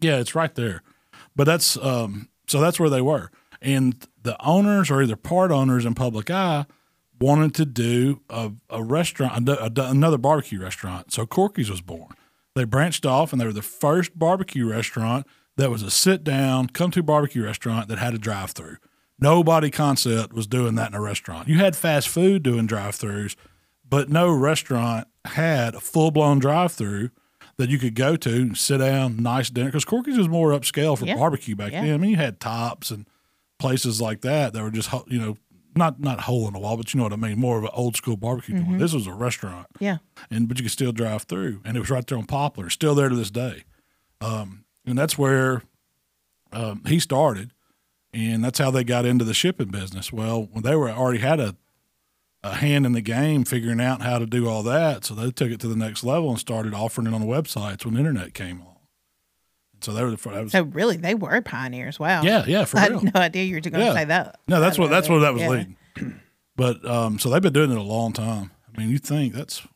Speaker 2: Yeah, it's right there. But that's um, so that's where they were, and the owners or either part owners in Public Eye wanted to do a, a restaurant, a, a- another barbecue restaurant. So Corky's was born. They branched off, and they were the first barbecue restaurant that was a sit down, come to barbecue restaurant that had a drive through. Nobody concept was doing that in a restaurant. You had fast food doing drive throughs, but no restaurant had a full blown drive through that you could go to, sit down, nice dinner. Because Corky's was more upscale for
Speaker 3: Yeah.
Speaker 2: barbecue back
Speaker 3: Yeah.
Speaker 2: then. I mean, you had tops and places like that that were just ho- you know not not hole in the wall, but you know what I mean, more of an old school barbecue.
Speaker 3: Mm-hmm.
Speaker 2: joint. This was a restaurant,
Speaker 3: yeah.
Speaker 2: and but you could still drive through, and it was right there on Poplar, still there to this day. Um, and that's where um, he started, and that's how they got into the shipping business. Well, when they were already had a a hand in the game figuring out how to do all that. So they took it to the next level and started offering it on the websites when the internet came on. So they were the first. That was,
Speaker 3: So really, they were pioneers. Wow.
Speaker 2: yeah, yeah, for
Speaker 3: I
Speaker 2: real.
Speaker 3: had no idea you were going to
Speaker 2: Yeah.
Speaker 3: say that.
Speaker 2: No, that's
Speaker 3: I
Speaker 2: what that's
Speaker 3: love
Speaker 2: where
Speaker 3: it.
Speaker 2: that was
Speaker 3: Yeah.
Speaker 2: leading. But um, so they've been doing it a long time. I mean, you think that's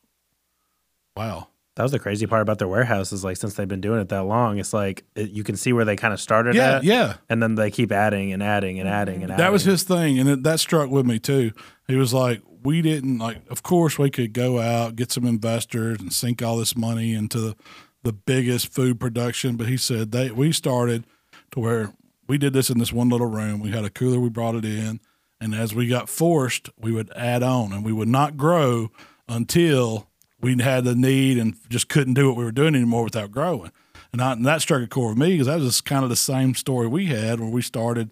Speaker 2: wow.
Speaker 4: that was the crazy part about their warehouse is like since they've been doing it that long, it's like it, you can see where they kind of started
Speaker 2: Yeah,
Speaker 4: at.
Speaker 2: yeah.
Speaker 4: And then they keep adding and adding and adding and adding.
Speaker 2: That was his thing, and it, that struck with me too. He was like, "We didn't like. Of course, we could go out get some investors and sink all this money into the, the biggest food production." But he said they we started to where we did this in this one little room. We had a cooler. We brought it in, And as we got forced, we would add on and we would not grow until we had the need and just couldn't do what we were doing anymore without growing. And, I, and that struck a chord with me because that was kind of the same story we had where we started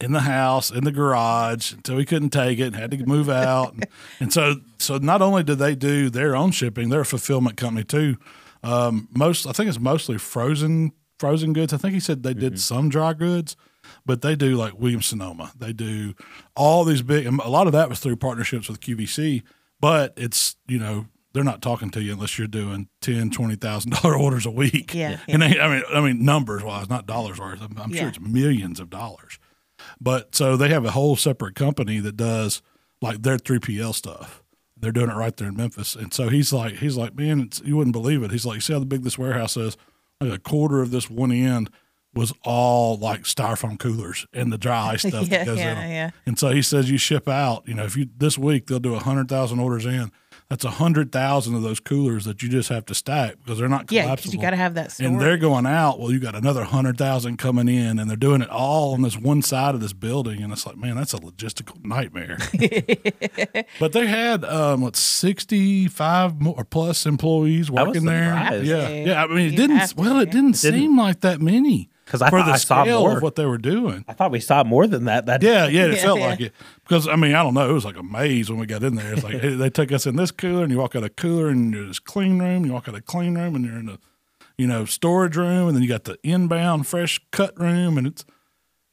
Speaker 2: in the house, in the garage until we couldn't take it and had to move out. and, and so, so not only did they do their own shipping, they're a fulfillment company too. Um, most, I think it's mostly frozen, frozen goods. I think he said they did some dry goods, but they do like Williams Sonoma. They do all these big, and a lot of that was through partnerships with QVC, but it's, you know, they're not talking to you unless you're doing ten, twenty thousand dollar orders a week.
Speaker 3: Yeah,
Speaker 2: and they, I mean, I mean numbers wise, not dollars wise. I'm, I'm
Speaker 3: Yeah.
Speaker 2: sure it's millions of dollars. But so they have a whole separate company that does like their 3PL stuff. They're doing it right there in Memphis. And so he's like, he's like, man, it's, you wouldn't believe it. He's like, see how big this warehouse is? Like a quarter of this one end was all like styrofoam coolers and the dry ice stuff
Speaker 3: Yeah,
Speaker 2: that goes
Speaker 3: yeah,
Speaker 2: in 'em."
Speaker 3: yeah.
Speaker 2: And so he says, you ship out, you know, if you this week they'll do 100,000 orders in. That's 100,000 of those coolers that you just have to stack because they're not collapsible.
Speaker 3: Yeah, because you got to have that story.
Speaker 2: And they're going out. Well, you got another hundred thousand coming in, and they're doing it all on this one side of this building. And it's like, man, that's a logistical nightmare. but they had um, what sixty-five more or plus employees
Speaker 4: was
Speaker 2: working there.
Speaker 4: surprised.
Speaker 2: Yeah,
Speaker 3: Yeah.
Speaker 2: yeah. I mean, it
Speaker 3: You
Speaker 2: didn't.
Speaker 3: have to,
Speaker 2: Well, it
Speaker 3: yeah.
Speaker 2: didn't seem like that many
Speaker 4: 'Cause I
Speaker 2: for
Speaker 4: thought
Speaker 2: the
Speaker 4: I saw
Speaker 2: scale
Speaker 4: more.
Speaker 2: of what they were doing.
Speaker 4: I thought we saw more than that. That
Speaker 2: Yeah, yeah, it
Speaker 3: Yeah,
Speaker 2: felt
Speaker 3: yeah.
Speaker 2: like it because I mean I don't know it was like a maze when we got in there. It's like they took us in this cooler and you walk out a cooler and you're in this clean room. You walk out a clean room and you're in the you know storage room and then you got the inbound fresh cut room and it's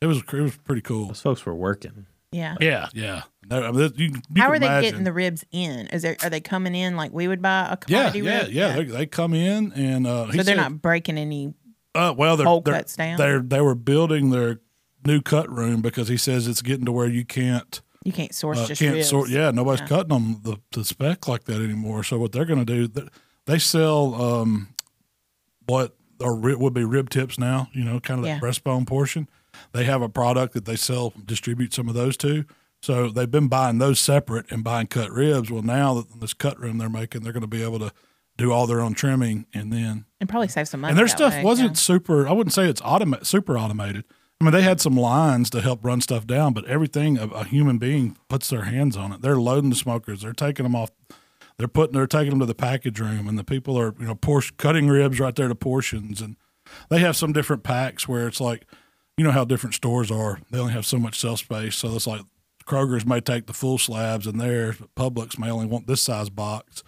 Speaker 2: it was it was pretty cool.
Speaker 4: those folks were working.
Speaker 3: yeah.
Speaker 2: Yeah, yeah. No, I mean, that- you, you
Speaker 3: How
Speaker 2: can
Speaker 3: are they
Speaker 2: imagine.
Speaker 3: getting the ribs in? Is there are they coming in like we would buy a
Speaker 2: yeah,
Speaker 3: commodity
Speaker 2: yeah,
Speaker 3: rib?
Speaker 2: yeah. They, they come in and uh, he
Speaker 3: So they're
Speaker 2: said-
Speaker 3: not breaking any.
Speaker 2: Uh, well, they're,
Speaker 3: Whole
Speaker 2: they're,
Speaker 3: cuts down?
Speaker 2: they're they were building their new cut room because he says it's getting to where you can't
Speaker 3: You can't source
Speaker 2: uh,
Speaker 3: just
Speaker 2: can't
Speaker 3: ribs.
Speaker 2: sort. Yeah, nobody's cutting them the, the spec like that anymore. So what they're going to do, th- they sell um, what are, ri- would be rib tips now. You know, kind of that
Speaker 3: Yeah.
Speaker 2: breastbone portion. They have a product that they sell, distribute some of those to. So they've been buying those separate and buying cut ribs. Well, now that this cut room they're making, they're going to be able to do all their own trimming and then
Speaker 3: and probably save some money.
Speaker 2: and their
Speaker 3: that
Speaker 2: stuff
Speaker 3: way,
Speaker 2: wasn't
Speaker 3: yeah.
Speaker 2: super. I wouldn't say it's automa- super automated. I mean, they had some lines to help run stuff down, but everything a, a human being puts their hands on it. They're loading the smokers. They're taking them off. They're putting. They're taking them to the package room, and the people are you know portion, cutting ribs right there to portions, and they have some different packs where it's like, you know how different stores are. They only have so much shelf space, so it's like Kroger's may take the full slabs, and theirs, but Publix may only want this size box,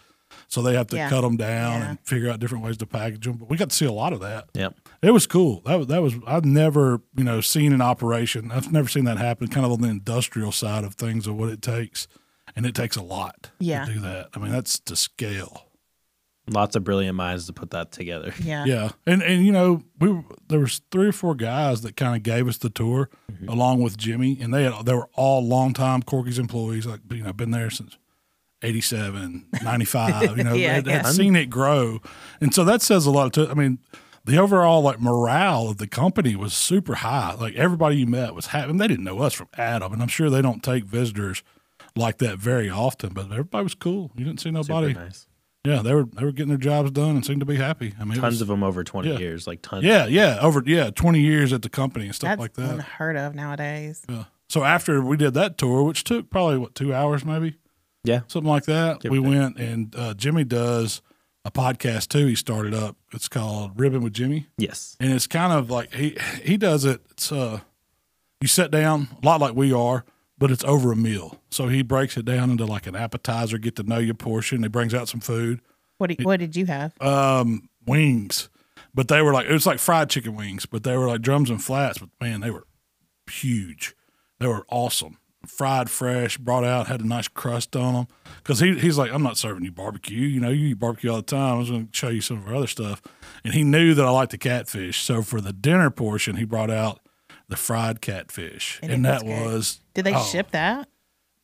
Speaker 2: so they have to
Speaker 3: Yeah.
Speaker 2: cut them down
Speaker 3: Yeah.
Speaker 2: and figure out different ways to package them. But we got to see a lot of that.
Speaker 4: Yep.
Speaker 2: It was cool. That was, that was I've never you know seen an operation. I've never seen that happen. Kind of on the industrial side of things of what it takes, and it takes a lot
Speaker 3: Yeah.
Speaker 2: to do that. I mean that's to scale.
Speaker 4: Lots of brilliant minds to put that together.
Speaker 3: Yeah.
Speaker 2: Yeah, and and you know we were- there was three or four guys that kind of gave us the tour along with Jimmy, and they had, they were all longtime Corky's employees, like you know been there since. 87, 95, you know,
Speaker 3: Yeah,
Speaker 2: had, had
Speaker 3: yeah.
Speaker 2: seen it grow. And so that says a lot to, I mean, the overall like morale of the company was super high. Like everybody you met was happy. And they didn't know us from Adam. And I'm sure they don't take visitors like that very often, but everybody was cool. You didn't see
Speaker 4: Super
Speaker 2: nobody.
Speaker 4: nice.
Speaker 2: Yeah. They were, they were getting their jobs done and seemed to be happy. I mean, it was-
Speaker 4: Tons of them over twenty
Speaker 2: yeah.
Speaker 4: years, like tons.
Speaker 2: yeah, yeah, over yeah, twenty years at the company and stuff
Speaker 3: That's
Speaker 2: like that.
Speaker 3: unheard of nowadays.
Speaker 2: Yeah. So after we did that tour, which took probably what two hours, maybe
Speaker 4: yeah.
Speaker 2: something like that,
Speaker 4: Give or
Speaker 2: we
Speaker 4: take.
Speaker 2: went and uh, Jimmy does a podcast too. He started up. It's called Ribbon with Jimmy,
Speaker 4: Yes.
Speaker 2: and it's kind of like he he does it. It's uh, you sit down a lot like we are, but it's over a meal. So he breaks it down into like an appetizer, get to know your portion. He brings out some food
Speaker 3: What do, what did you have?
Speaker 2: um, wings, but they were like it was like fried chicken wings, but they were like drums and flats. But man, they were huge. They were awesome. Fried fresh, brought out, had a nice crust on them. Because he, he's like, I'm not serving you barbecue. You know, you eat barbecue all the time. I was going to show you some of our other stuff. And he knew that I liked the catfish. So for the dinner portion, he brought out the fried catfish.
Speaker 3: And
Speaker 2: And,
Speaker 3: it was
Speaker 2: that
Speaker 3: good.
Speaker 2: was.
Speaker 3: Did they
Speaker 2: oh,
Speaker 3: ship that?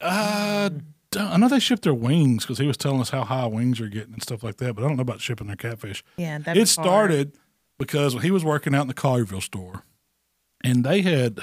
Speaker 2: Uh, don't- I know they ship their wings because he was telling us how high wings are getting and stuff like that, but I don't know about shipping their catfish
Speaker 3: Yeah. That
Speaker 2: it started because he was working out in the Collierville store, and they had.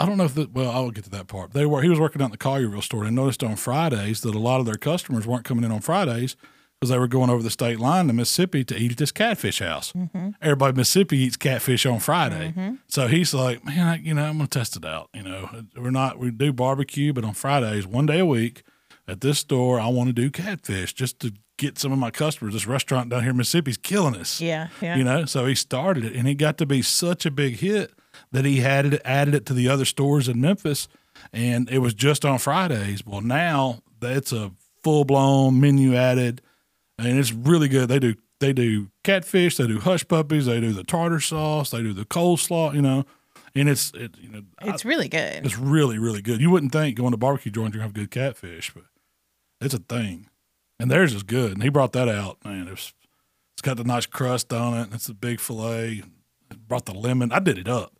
Speaker 2: I don't know if the, well, I'll get to that part. They were he was working out in the Collierville store and noticed on Fridays that a lot of their customers weren't coming in on Fridays because they were going over the state line to Mississippi to eat at this catfish house.
Speaker 3: Mm-hmm.
Speaker 2: Everybody in Mississippi eats catfish on Friday, so he's like, "Man, I, you know, I'm gonna test it out. You know, we're not we do barbecue, but on Fridays, one day a week, at this store, I want to do catfish just to get some of my customers. This restaurant down here in Mississippi's killing us.
Speaker 3: Yeah, yeah.
Speaker 2: You know, so he started it and it got to be such a big hit that he had it added it to the other stores in Memphis and it was just on Fridays. Well, now that's a full blown menu added and it's really good. They do they do catfish, they do hush puppies, they do the tartar sauce, they do the coleslaw, you know. And it's it, you know I-
Speaker 3: It's really good.
Speaker 2: it's really, really good. You wouldn't think going to barbecue joint you're gonna have good catfish, but it's a thing. And theirs is good. And he brought that out, man. It was, it's got the nice crust on it. It's a big fillet. Brought the lemon. I did it up.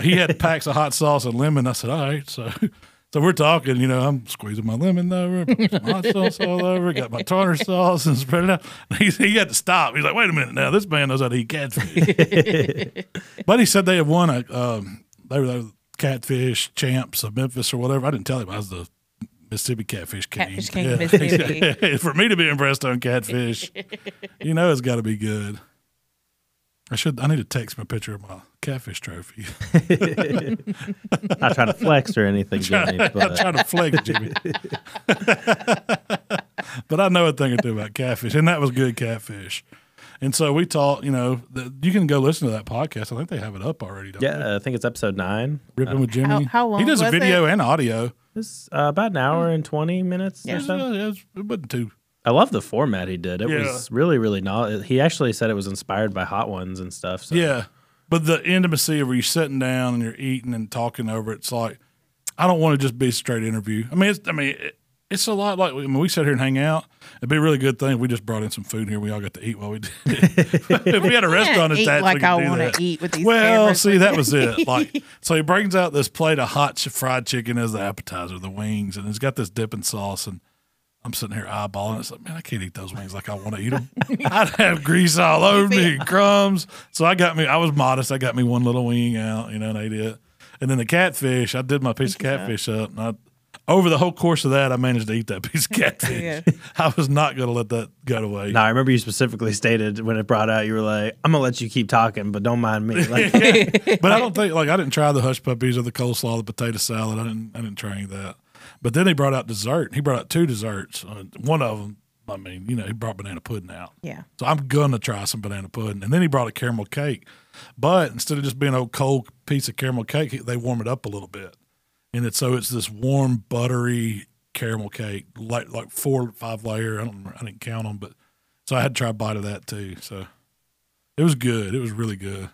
Speaker 2: He had packs of hot sauce and lemon. I said, all right. So, so we're talking. You know, I'm squeezing my lemon over, putting some hot sauce all over. Got my tartar sauce and spread it out. And he, he had to stop. He's like, wait a minute now. This man knows how to eat catfish. But he said they had won a um, they were the catfish champs of Memphis or whatever. I didn't tell him I was the Mississippi catfish king.
Speaker 3: Catfish King
Speaker 2: Yeah.
Speaker 3: of Mississippi.
Speaker 2: For me to be impressed on catfish, you know it's got to be good. I should. I need to text my picture of my catfish trophy.
Speaker 4: Not trying to flex or anything, Jimmy,
Speaker 2: I'm
Speaker 4: but
Speaker 2: trying to flex, Jimmy. but I know a thing or two about catfish, and that was good catfish. And so we taught. You know, the, you can go listen to that podcast. I think they have it up already. Don't they?
Speaker 4: yeah, I think it's episode nine.
Speaker 2: Ripping with Jimmy.
Speaker 3: How- how
Speaker 2: Uh, He
Speaker 3: long
Speaker 2: does a
Speaker 3: was
Speaker 2: video and audio.
Speaker 4: It's uh, about an hour and twenty minutes. Or
Speaker 2: It,
Speaker 4: so.
Speaker 2: was, it wasn't too.
Speaker 4: I love the format he did. It
Speaker 2: Yeah.
Speaker 4: was really, really not. He actually said it was inspired by Hot Ones and stuff. So.
Speaker 2: Yeah, but the intimacy of where you're sitting down and you're eating and talking over it, it's like I don't want to just be a straight interview. I mean, it's, I mean, it, it's a lot like I mean, we sit here and hang out. It'd be a really good thing. if We just brought in some food here. We all got to eat while we did. if we had a restaurant
Speaker 3: eat
Speaker 2: attached, we
Speaker 3: like
Speaker 2: could
Speaker 3: I
Speaker 2: do
Speaker 3: wanna
Speaker 2: that.
Speaker 3: eat with these
Speaker 2: Well,
Speaker 3: cameras.
Speaker 2: see, that was it. Like, so he brings out this plate of hot ch- fried chicken as the appetizer, the wings, and it's got this dipping sauce and. I'm sitting here eyeballing. it. It's like, man, I can't eat those wings like I want to eat them. I'd have grease all over me, and crumbs. So I got me. I was modest. I got me one little wing out, you know, and I ate it. And then the catfish. I did my piece of catfish up. And I, over the whole course of that, I managed to eat that piece of catfish.
Speaker 3: Yeah.
Speaker 2: I was not going to let that go away.
Speaker 4: No, I remember you specifically stated when it brought out, you were like, "I'm gonna let you keep talking, but don't mind me." Like,
Speaker 2: But I don't think like I didn't try the hush puppies or the coleslaw, the potato salad. I didn't. I didn't try any of that. But then he brought out dessert. He brought out two desserts. Uh, One of them. I mean, you know, he brought banana pudding out.
Speaker 3: Yeah.
Speaker 2: So I'm gonna try some banana pudding, and then he brought a caramel cake, but instead of just being a cold piece of caramel cake, he- they warm it up a little bit, and it's so it's this warm buttery caramel cake, like like four or five layer. I don't remember, I didn't count them, but so I had to try a bite of that too. So it was good. It was really good.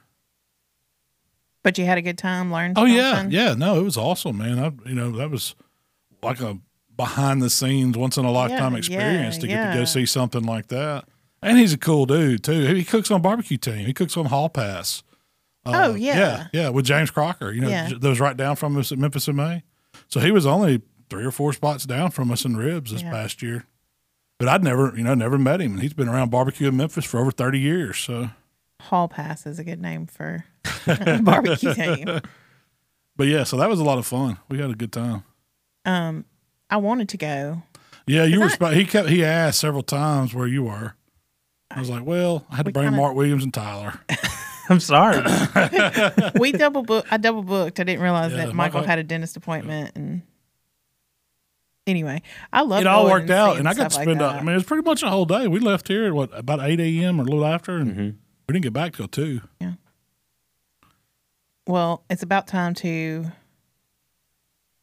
Speaker 3: But you had a good time, learned
Speaker 2: Oh yeah,
Speaker 3: something?
Speaker 2: yeah. No, it was awesome, man. I, you know, that was like a behind the scenes, once in a lifetime
Speaker 3: yeah,
Speaker 2: experience to get to
Speaker 3: yeah.
Speaker 2: go see something like that. And he's a cool dude too. He cooks on barbecue team. He cooks on Hall Pass. Uh,
Speaker 3: Oh,
Speaker 2: yeah,
Speaker 3: yeah.
Speaker 2: yeah. With James Crocker, you know,
Speaker 3: Yeah.
Speaker 2: j- that was right down from us at Memphis in May. So he was only three or four spots down from us in ribs this
Speaker 3: Yeah.
Speaker 2: past year. But I'd never, you know, never met him. And he's been around barbecue in Memphis for over thirty years. So
Speaker 3: Hall Pass is a good name for a barbecue team.
Speaker 2: but yeah, so that was a lot of fun. We had a good time.
Speaker 3: Um, I wanted to go.
Speaker 2: Yeah, you were.
Speaker 3: Is
Speaker 2: Sp- he kept. He asked several times where you were. I was like, well, I had to
Speaker 3: We
Speaker 2: bring
Speaker 3: kinda-
Speaker 2: Mark Williams and Tyler.
Speaker 4: I'm sorry.
Speaker 3: We double book. I double booked. I didn't realize
Speaker 2: Yeah,
Speaker 3: that
Speaker 2: Michael-
Speaker 3: Michael had a dentist appointment. And anyway, I love
Speaker 2: It all
Speaker 3: going
Speaker 2: worked out,
Speaker 3: seeing
Speaker 2: and I got to
Speaker 3: stuff
Speaker 2: spend.
Speaker 3: Like
Speaker 2: a,
Speaker 3: that.
Speaker 2: I mean, it was pretty much a whole day. We left here at what about eight a.m. or a little after, and we didn't get back till two.
Speaker 3: well, it's about time to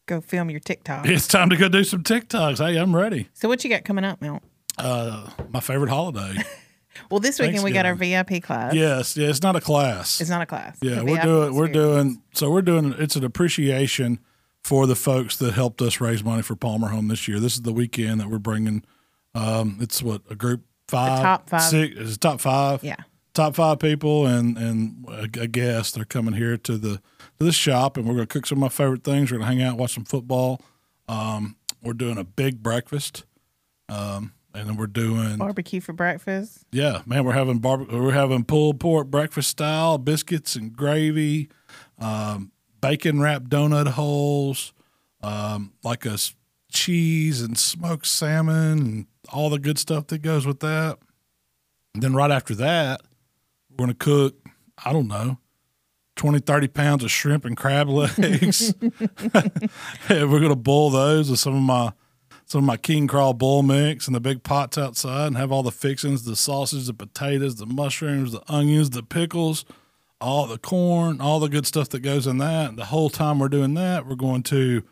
Speaker 3: go film your TikTok.
Speaker 2: It's time to go do some TikToks. Hey, I'm ready.
Speaker 3: So what you got coming up, Mel?
Speaker 2: Uh, my favorite holiday.
Speaker 3: Well, this weekend we got our VIP class.
Speaker 2: yes, yeah. It's not a class.
Speaker 3: It's not a class.
Speaker 2: Yeah,
Speaker 3: It's a
Speaker 2: we're
Speaker 3: VIP
Speaker 2: doing we're
Speaker 3: experience.
Speaker 2: doing so we're doing it's an appreciation for the folks that helped us raise money for Palmer Home this year. This is the weekend that we're bringing. Um, it's what a group five,
Speaker 3: top five.
Speaker 2: six, it's top five,
Speaker 3: Yeah.
Speaker 2: top five people and and a, a guest. They're coming here to the to the shop, and we're going to cook some of my favorite things. We're going to hang out, watch some football. Um, we're doing a big breakfast, um, and then we're doing
Speaker 3: barbecue for breakfast.
Speaker 2: yeah, man, we're having barbecue. We're having pulled pork breakfast style biscuits and gravy, um, bacon wrapped donut holes, um, like a s- cheese and smoked salmon and all the good stuff that goes with that. And then right after that, we're going to cook, I don't know, 20, 30 pounds of shrimp and crab legs. and we're going to boil those with some of my some of my king crawl bowl mix and the big pots outside and have all the fixings, the sausage, the potatoes, the mushrooms, the onions, the pickles, all the corn, all the good stuff that goes in that. And the whole time we're doing that, we're going to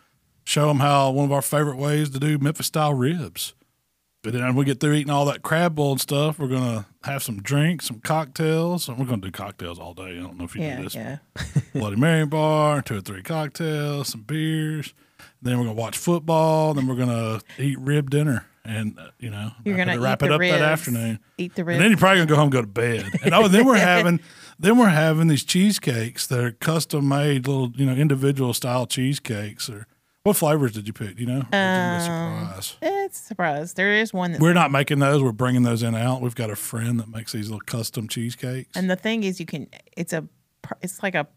Speaker 2: show them how one of our favorite ways to do Memphis style ribs. And then when we get through eating all that crab bowl and stuff, we're gonna have some drinks, some cocktails. And we're gonna do cocktails all day. I don't know if you
Speaker 3: Yeah,
Speaker 2: do this.
Speaker 3: yeah.
Speaker 2: Bloody Mary bar, two or three cocktails, some beers. Then we're gonna watch football. Then we're gonna eat rib dinner, and uh, you know
Speaker 3: You're
Speaker 2: wrap
Speaker 3: gonna
Speaker 2: it- wrap
Speaker 3: eat
Speaker 2: it
Speaker 3: the
Speaker 2: up
Speaker 3: ribs.
Speaker 2: that afternoon.
Speaker 3: Eat the
Speaker 2: And then
Speaker 3: ribs.
Speaker 2: you're probably gonna go home, and go to bed, and oh, then we're having then we're having these cheesecakes that are custom made, little you know individual style cheesecakes. Or what flavors did you pick? You know, Or did you get a
Speaker 3: Um,
Speaker 2: surprise.
Speaker 3: It's a surprise. There is one that's
Speaker 2: We're not making those. We're bringing those in out. We've got a friend that makes these little custom cheesecakes.
Speaker 3: And the thing is, you can. It's a. per- It's like a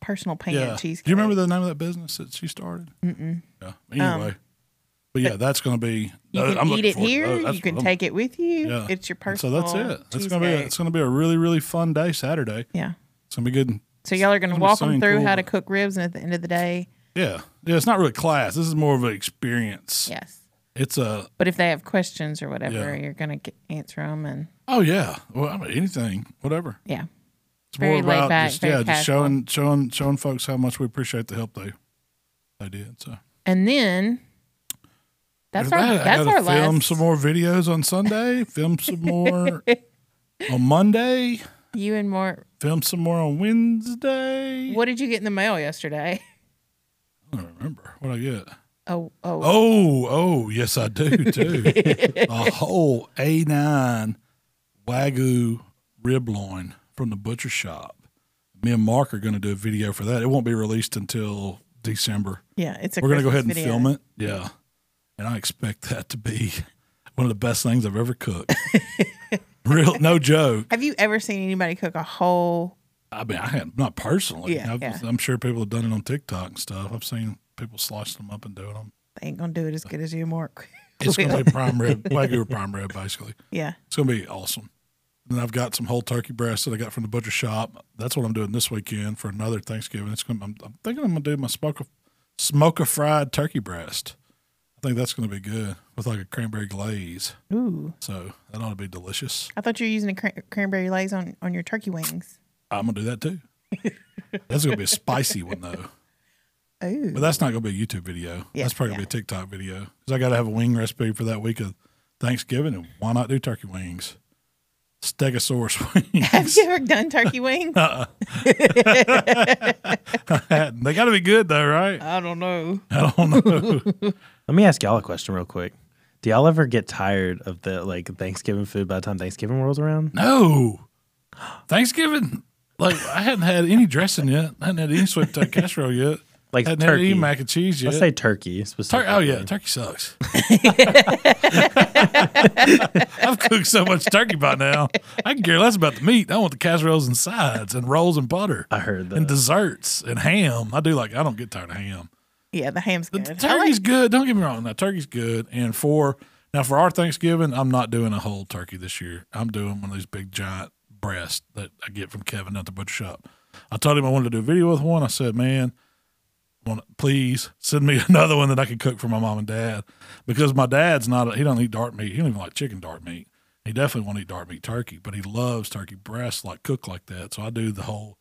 Speaker 3: personal pan
Speaker 2: yeah.
Speaker 3: cheesecake.
Speaker 2: Do you remember the name of that business that she started? Mm-mm. Yeah. Anyway, but yeah, that's going to be.
Speaker 3: Um, You can
Speaker 2: Uh, I'm
Speaker 3: eat
Speaker 2: looking
Speaker 3: it
Speaker 2: forward to
Speaker 3: here.
Speaker 2: those. That's
Speaker 3: You can
Speaker 2: what I'm-
Speaker 3: take it with you.
Speaker 2: Yeah.
Speaker 3: It's your
Speaker 2: So
Speaker 3: personal.
Speaker 2: that's it. That's going to be. A,
Speaker 3: cheesecake.
Speaker 2: it's going to be a really really fun day Saturday.
Speaker 3: yeah.
Speaker 2: It's going to be good.
Speaker 3: So y'all are going to
Speaker 2: I'm
Speaker 3: walk them
Speaker 2: saying
Speaker 3: through
Speaker 2: cool,
Speaker 3: how to
Speaker 2: but-
Speaker 3: cook ribs, and at the end of the day,
Speaker 2: Yeah. Yeah. It's not really class. This is more of an experience.
Speaker 3: yes.
Speaker 2: It's a.
Speaker 3: But if they have questions or whatever,
Speaker 2: Yeah.
Speaker 3: you're going to answer them, and
Speaker 2: Oh yeah. Well, I mean anything, whatever.
Speaker 3: yeah,
Speaker 2: It's
Speaker 3: Very
Speaker 2: more about
Speaker 3: laid back,
Speaker 2: just
Speaker 3: very
Speaker 2: yeah, just
Speaker 3: casual.
Speaker 2: showing showing showing folks how much we appreciate the help they they did. So
Speaker 3: and then that's
Speaker 2: After
Speaker 3: our
Speaker 2: that, I
Speaker 3: that's
Speaker 2: gotta
Speaker 3: our
Speaker 2: film
Speaker 3: last.
Speaker 2: some more videos on Sunday. film some more on Monday.
Speaker 3: You and more.
Speaker 2: Film some more on Wednesday.
Speaker 3: What did you get in the mail yesterday?
Speaker 2: I don't remember what I get.
Speaker 3: Oh, oh,
Speaker 2: Oh, oh, yes, I do too. a whole A9 Wagyu rib loin from the butcher shop. Me and Mark are going to do a video for that. It won't be released until December.
Speaker 3: yeah. It's a.
Speaker 2: We're going to go
Speaker 3: Christmas
Speaker 2: ahead and
Speaker 3: video.
Speaker 2: film it. Yeah. And I expect that to be one of the best things I've ever cooked. Real, no joke.
Speaker 3: Have you ever seen anybody cook a whole?
Speaker 2: I mean, I had not personally.
Speaker 3: Yeah,
Speaker 2: I've,
Speaker 3: yeah.
Speaker 2: I'm sure people have done it on TikTok and stuff. I've seen people slicing them up and doing them.
Speaker 3: They ain't gonna do it as good as you, Mark.
Speaker 2: It's going to be prime rib, Wagyu prime rib, basically.
Speaker 3: Yeah.
Speaker 2: It's going to be awesome. And then I've got some whole turkey breasts that I got from the butcher shop. That's what I'm doing this weekend for another Thanksgiving. It's going. to I'm, I'm thinking I'm going to do my smoke a, smoke a fried turkey breast. I think that's going to be good with like a cranberry glaze.
Speaker 3: Ooh.
Speaker 2: So that ought to be delicious.
Speaker 3: I thought you were using the cran- cranberry lays on, on your turkey wings.
Speaker 2: I'm going to do that too. that's going to be a spicy one though.
Speaker 3: Ooh.
Speaker 2: But that's not going to be a YouTube video.
Speaker 3: Yeah,
Speaker 2: that's probably going to be a TikTok video because I got to have a wing recipe for that week of Thanksgiving. And why not do turkey wings? Stegosaurus
Speaker 3: Have
Speaker 2: wings.
Speaker 3: you ever done turkey wings?
Speaker 2: Uh. they got to be good though, right?
Speaker 3: I don't know.
Speaker 2: I don't know.
Speaker 4: Let me ask y'all a question real quick. Do y'all ever get tired of the like Thanksgiving food by the time Thanksgiving rolls around?
Speaker 2: no, Thanksgiving. Like I hadn't had any dressing yet. I hadn't had any sweet potato casserole yet.
Speaker 4: Like
Speaker 2: hadn't had any
Speaker 4: turkey.
Speaker 2: mac and cheese yet.
Speaker 4: Let's say turkey specifically.
Speaker 2: Tur- oh yeah, turkey sucks. I've cooked so much turkey by now. I can care less about the meat. I want the casseroles and sides and rolls and butter
Speaker 4: I heard that.
Speaker 2: and desserts and ham. I do like. I don't get tired of ham.
Speaker 3: Yeah, the ham's
Speaker 2: The
Speaker 3: good. I
Speaker 2: turkey's good. Don't get me wrong. Now turkey's good. And for now for our Thanksgiving, I'm not doing a whole turkey this year. I'm doing one of these big giant breasts that I get from Kevin at the butcher shop. I told him I wanted to do a video with one. I said, man, want please send me another one that I can cook for my mom and dad because my dad's not a, he don't eat dark meat. He don't even like chicken dark meat. He definitely won't eat dark meat turkey, but he loves turkey breasts like cooked like that. So I do the whole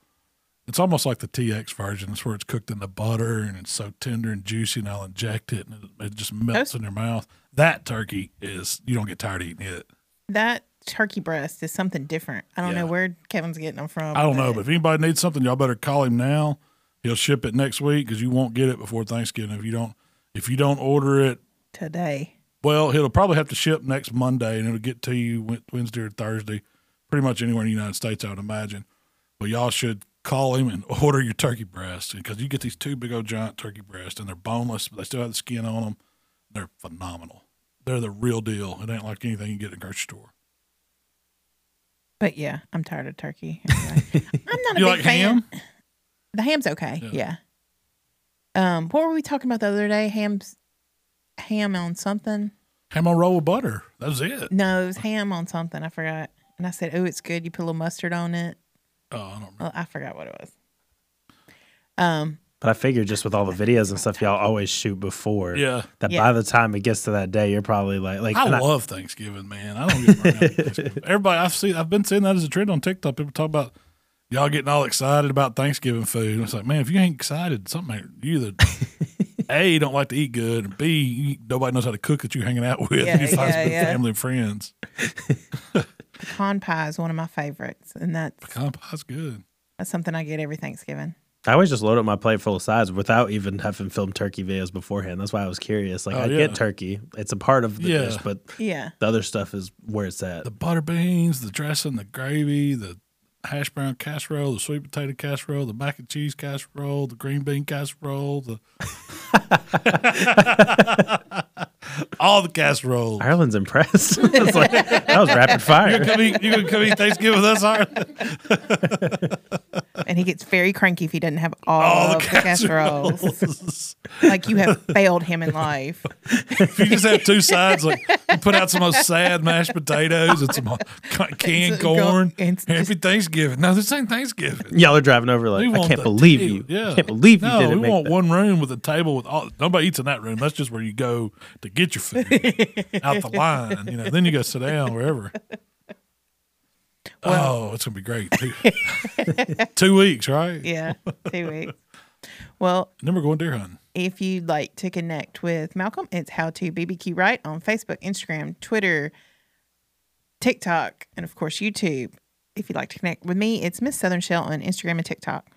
Speaker 2: it's almost like the TX version. It's where it's cooked in the butter and it's so tender and juicy, and I'll inject it and it, it just melts in your mouth. That turkey is you don't get tired of eating it.
Speaker 3: That turkey breast is something different. I don't know where Kevin's getting them from.
Speaker 2: I don't know, but if anybody needs something, y'all better call him now. He'll ship it next week because you won't get it before Thanksgiving if you don't if you don't order it.
Speaker 3: today.
Speaker 2: Well, he'll probably have to ship next Monday and it'll get to you Wed- Wednesday or Thursday, pretty much anywhere in the United States, I would imagine. But y'all should call him and order your turkey breast because you get these two big old giant turkey breasts and they're boneless, but they still have the skin on them. They're phenomenal. They're the real deal. It ain't like anything you get at a grocery store.
Speaker 3: But yeah, I'm tired of turkey. Anyway. I'm not a
Speaker 2: You
Speaker 3: big
Speaker 2: like
Speaker 3: fan.
Speaker 2: ham?
Speaker 3: The ham's okay. Yeah. Um, what were we talking about the other day? Ham's ham on something.
Speaker 2: Ham on roll with butter. That was it.
Speaker 3: No, it was ham on something. I forgot. And I said, "Oh, it's good. You put a little mustard on it."
Speaker 2: Oh, I don't remember.
Speaker 3: Well, I forgot what it was. Um,
Speaker 4: But I figured just with all the videos and stuff y'all always shoot before,
Speaker 2: Yeah.
Speaker 4: that
Speaker 3: Yeah.
Speaker 4: by the time it gets to that day, you're probably like, like
Speaker 2: I
Speaker 4: and
Speaker 2: love Thanksgiving, man. I don't get around Thanksgiving. Everybody, I've seen, I've been seeing that as a trend on TikTok. People talk about y'all getting all excited about Thanksgiving food. And it's like, man, if you ain't excited, something ain't- you either a you don't like to eat good, or b you, nobody knows how to cook that you're hanging out with.
Speaker 3: Yeah,
Speaker 2: besides
Speaker 3: yeah,
Speaker 2: with
Speaker 3: yeah.
Speaker 2: family and friends.
Speaker 3: pecan pie is one of my favorites, and that's
Speaker 2: Pecan pie's good.
Speaker 3: that's something I get every Thanksgiving.
Speaker 4: I always just load up my plate full of sides without even having filmed turkey videos beforehand. That's why I was curious. Like
Speaker 2: Oh,
Speaker 4: I
Speaker 2: yeah.
Speaker 4: get turkey; it's a part of the
Speaker 2: Yeah.
Speaker 4: dish, but
Speaker 3: Yeah,
Speaker 4: the other stuff is where it's at.
Speaker 2: The butter beans, the dressing, the gravy, the hash brown casserole, the sweet potato casserole, the mac and cheese casserole, the green bean casserole, the all the casseroles.
Speaker 4: Ireland's impressed. It's like, that was rapid fire.
Speaker 2: Come eat, you gonna come eat Thanksgiving with us, Ireland?
Speaker 3: and he gets very cranky if he doesn't have all,
Speaker 2: All the
Speaker 3: of the casseroles.
Speaker 2: casseroles.
Speaker 3: like you have failed him in life.
Speaker 2: if you just have two sides, like you put out some of those sad mashed potatoes and some hot ca- canned
Speaker 3: It's a go-
Speaker 2: corn.
Speaker 3: it's
Speaker 2: Happy
Speaker 3: just-
Speaker 2: Thanksgiving. No, this ain't Thanksgiving.
Speaker 4: Y'all are driving over like
Speaker 2: We
Speaker 4: I
Speaker 2: want
Speaker 4: can't
Speaker 2: the
Speaker 4: believe
Speaker 2: deal.
Speaker 4: you.
Speaker 2: Yeah.
Speaker 4: I can't believe you
Speaker 2: no,
Speaker 4: didn't
Speaker 2: we
Speaker 4: make
Speaker 2: want
Speaker 4: that.
Speaker 2: one room with a table with all. Nobody eats in that room. That's just where you go to get your food out the line. You know, then you go sit down wherever. oh, it's gonna be great. Two- Two weeks, right?
Speaker 3: Yeah, two weeks. Well,
Speaker 2: And then we're going deer hunting.
Speaker 3: If you'd like to connect with Malcolm, it's How to BBQ Right on Facebook, Instagram, Twitter, TikTok, and of course YouTube. If you'd like to connect with me, it's Miss Southern Shell on Instagram and TikTok.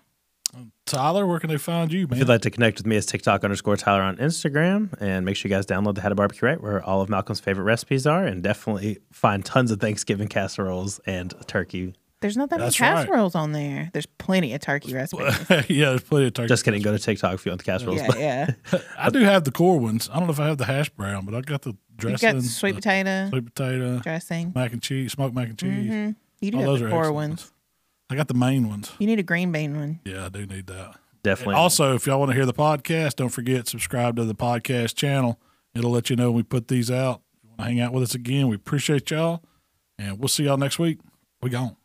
Speaker 2: Tyler, where can they find you, man?
Speaker 4: If you'd like to connect with me, it's TikTok underscore Tyler on Instagram, and make sure you guys download the How to Barbecue Right, where all of Malcolm's favorite recipes are, and definitely find tons of Thanksgiving casseroles and turkey.
Speaker 3: There's not that many
Speaker 2: That's right.
Speaker 3: casseroles on there. There's plenty of turkey recipes.
Speaker 2: yeah, there's plenty of turkey.
Speaker 4: Just kidding. Go to TikTok if you want the casseroles.
Speaker 3: yeah,
Speaker 4: but-
Speaker 3: yeah.
Speaker 2: I do have the core ones. I don't know if I have the hash brown, but I got the
Speaker 3: You've
Speaker 2: dressing,
Speaker 3: got sweet
Speaker 2: the
Speaker 3: potato
Speaker 2: uh, sweet potato,
Speaker 3: dressing.
Speaker 2: mac and cheese, smoked mac and cheese.
Speaker 4: Mm-hmm.
Speaker 3: You do
Speaker 2: All
Speaker 3: have
Speaker 2: those
Speaker 3: the
Speaker 2: are
Speaker 3: poor
Speaker 2: excellent
Speaker 3: ones.
Speaker 2: I got the main ones.
Speaker 3: You need a green bean one.
Speaker 2: Yeah, I do need that.
Speaker 4: Definitely.
Speaker 2: Also, if y'all want to hear the podcast, don't forget subscribe to the podcast channel. It'll let you know when we put these out. If you want to hang out with us again, we appreciate y'all, and we'll see y'all next week. We gone.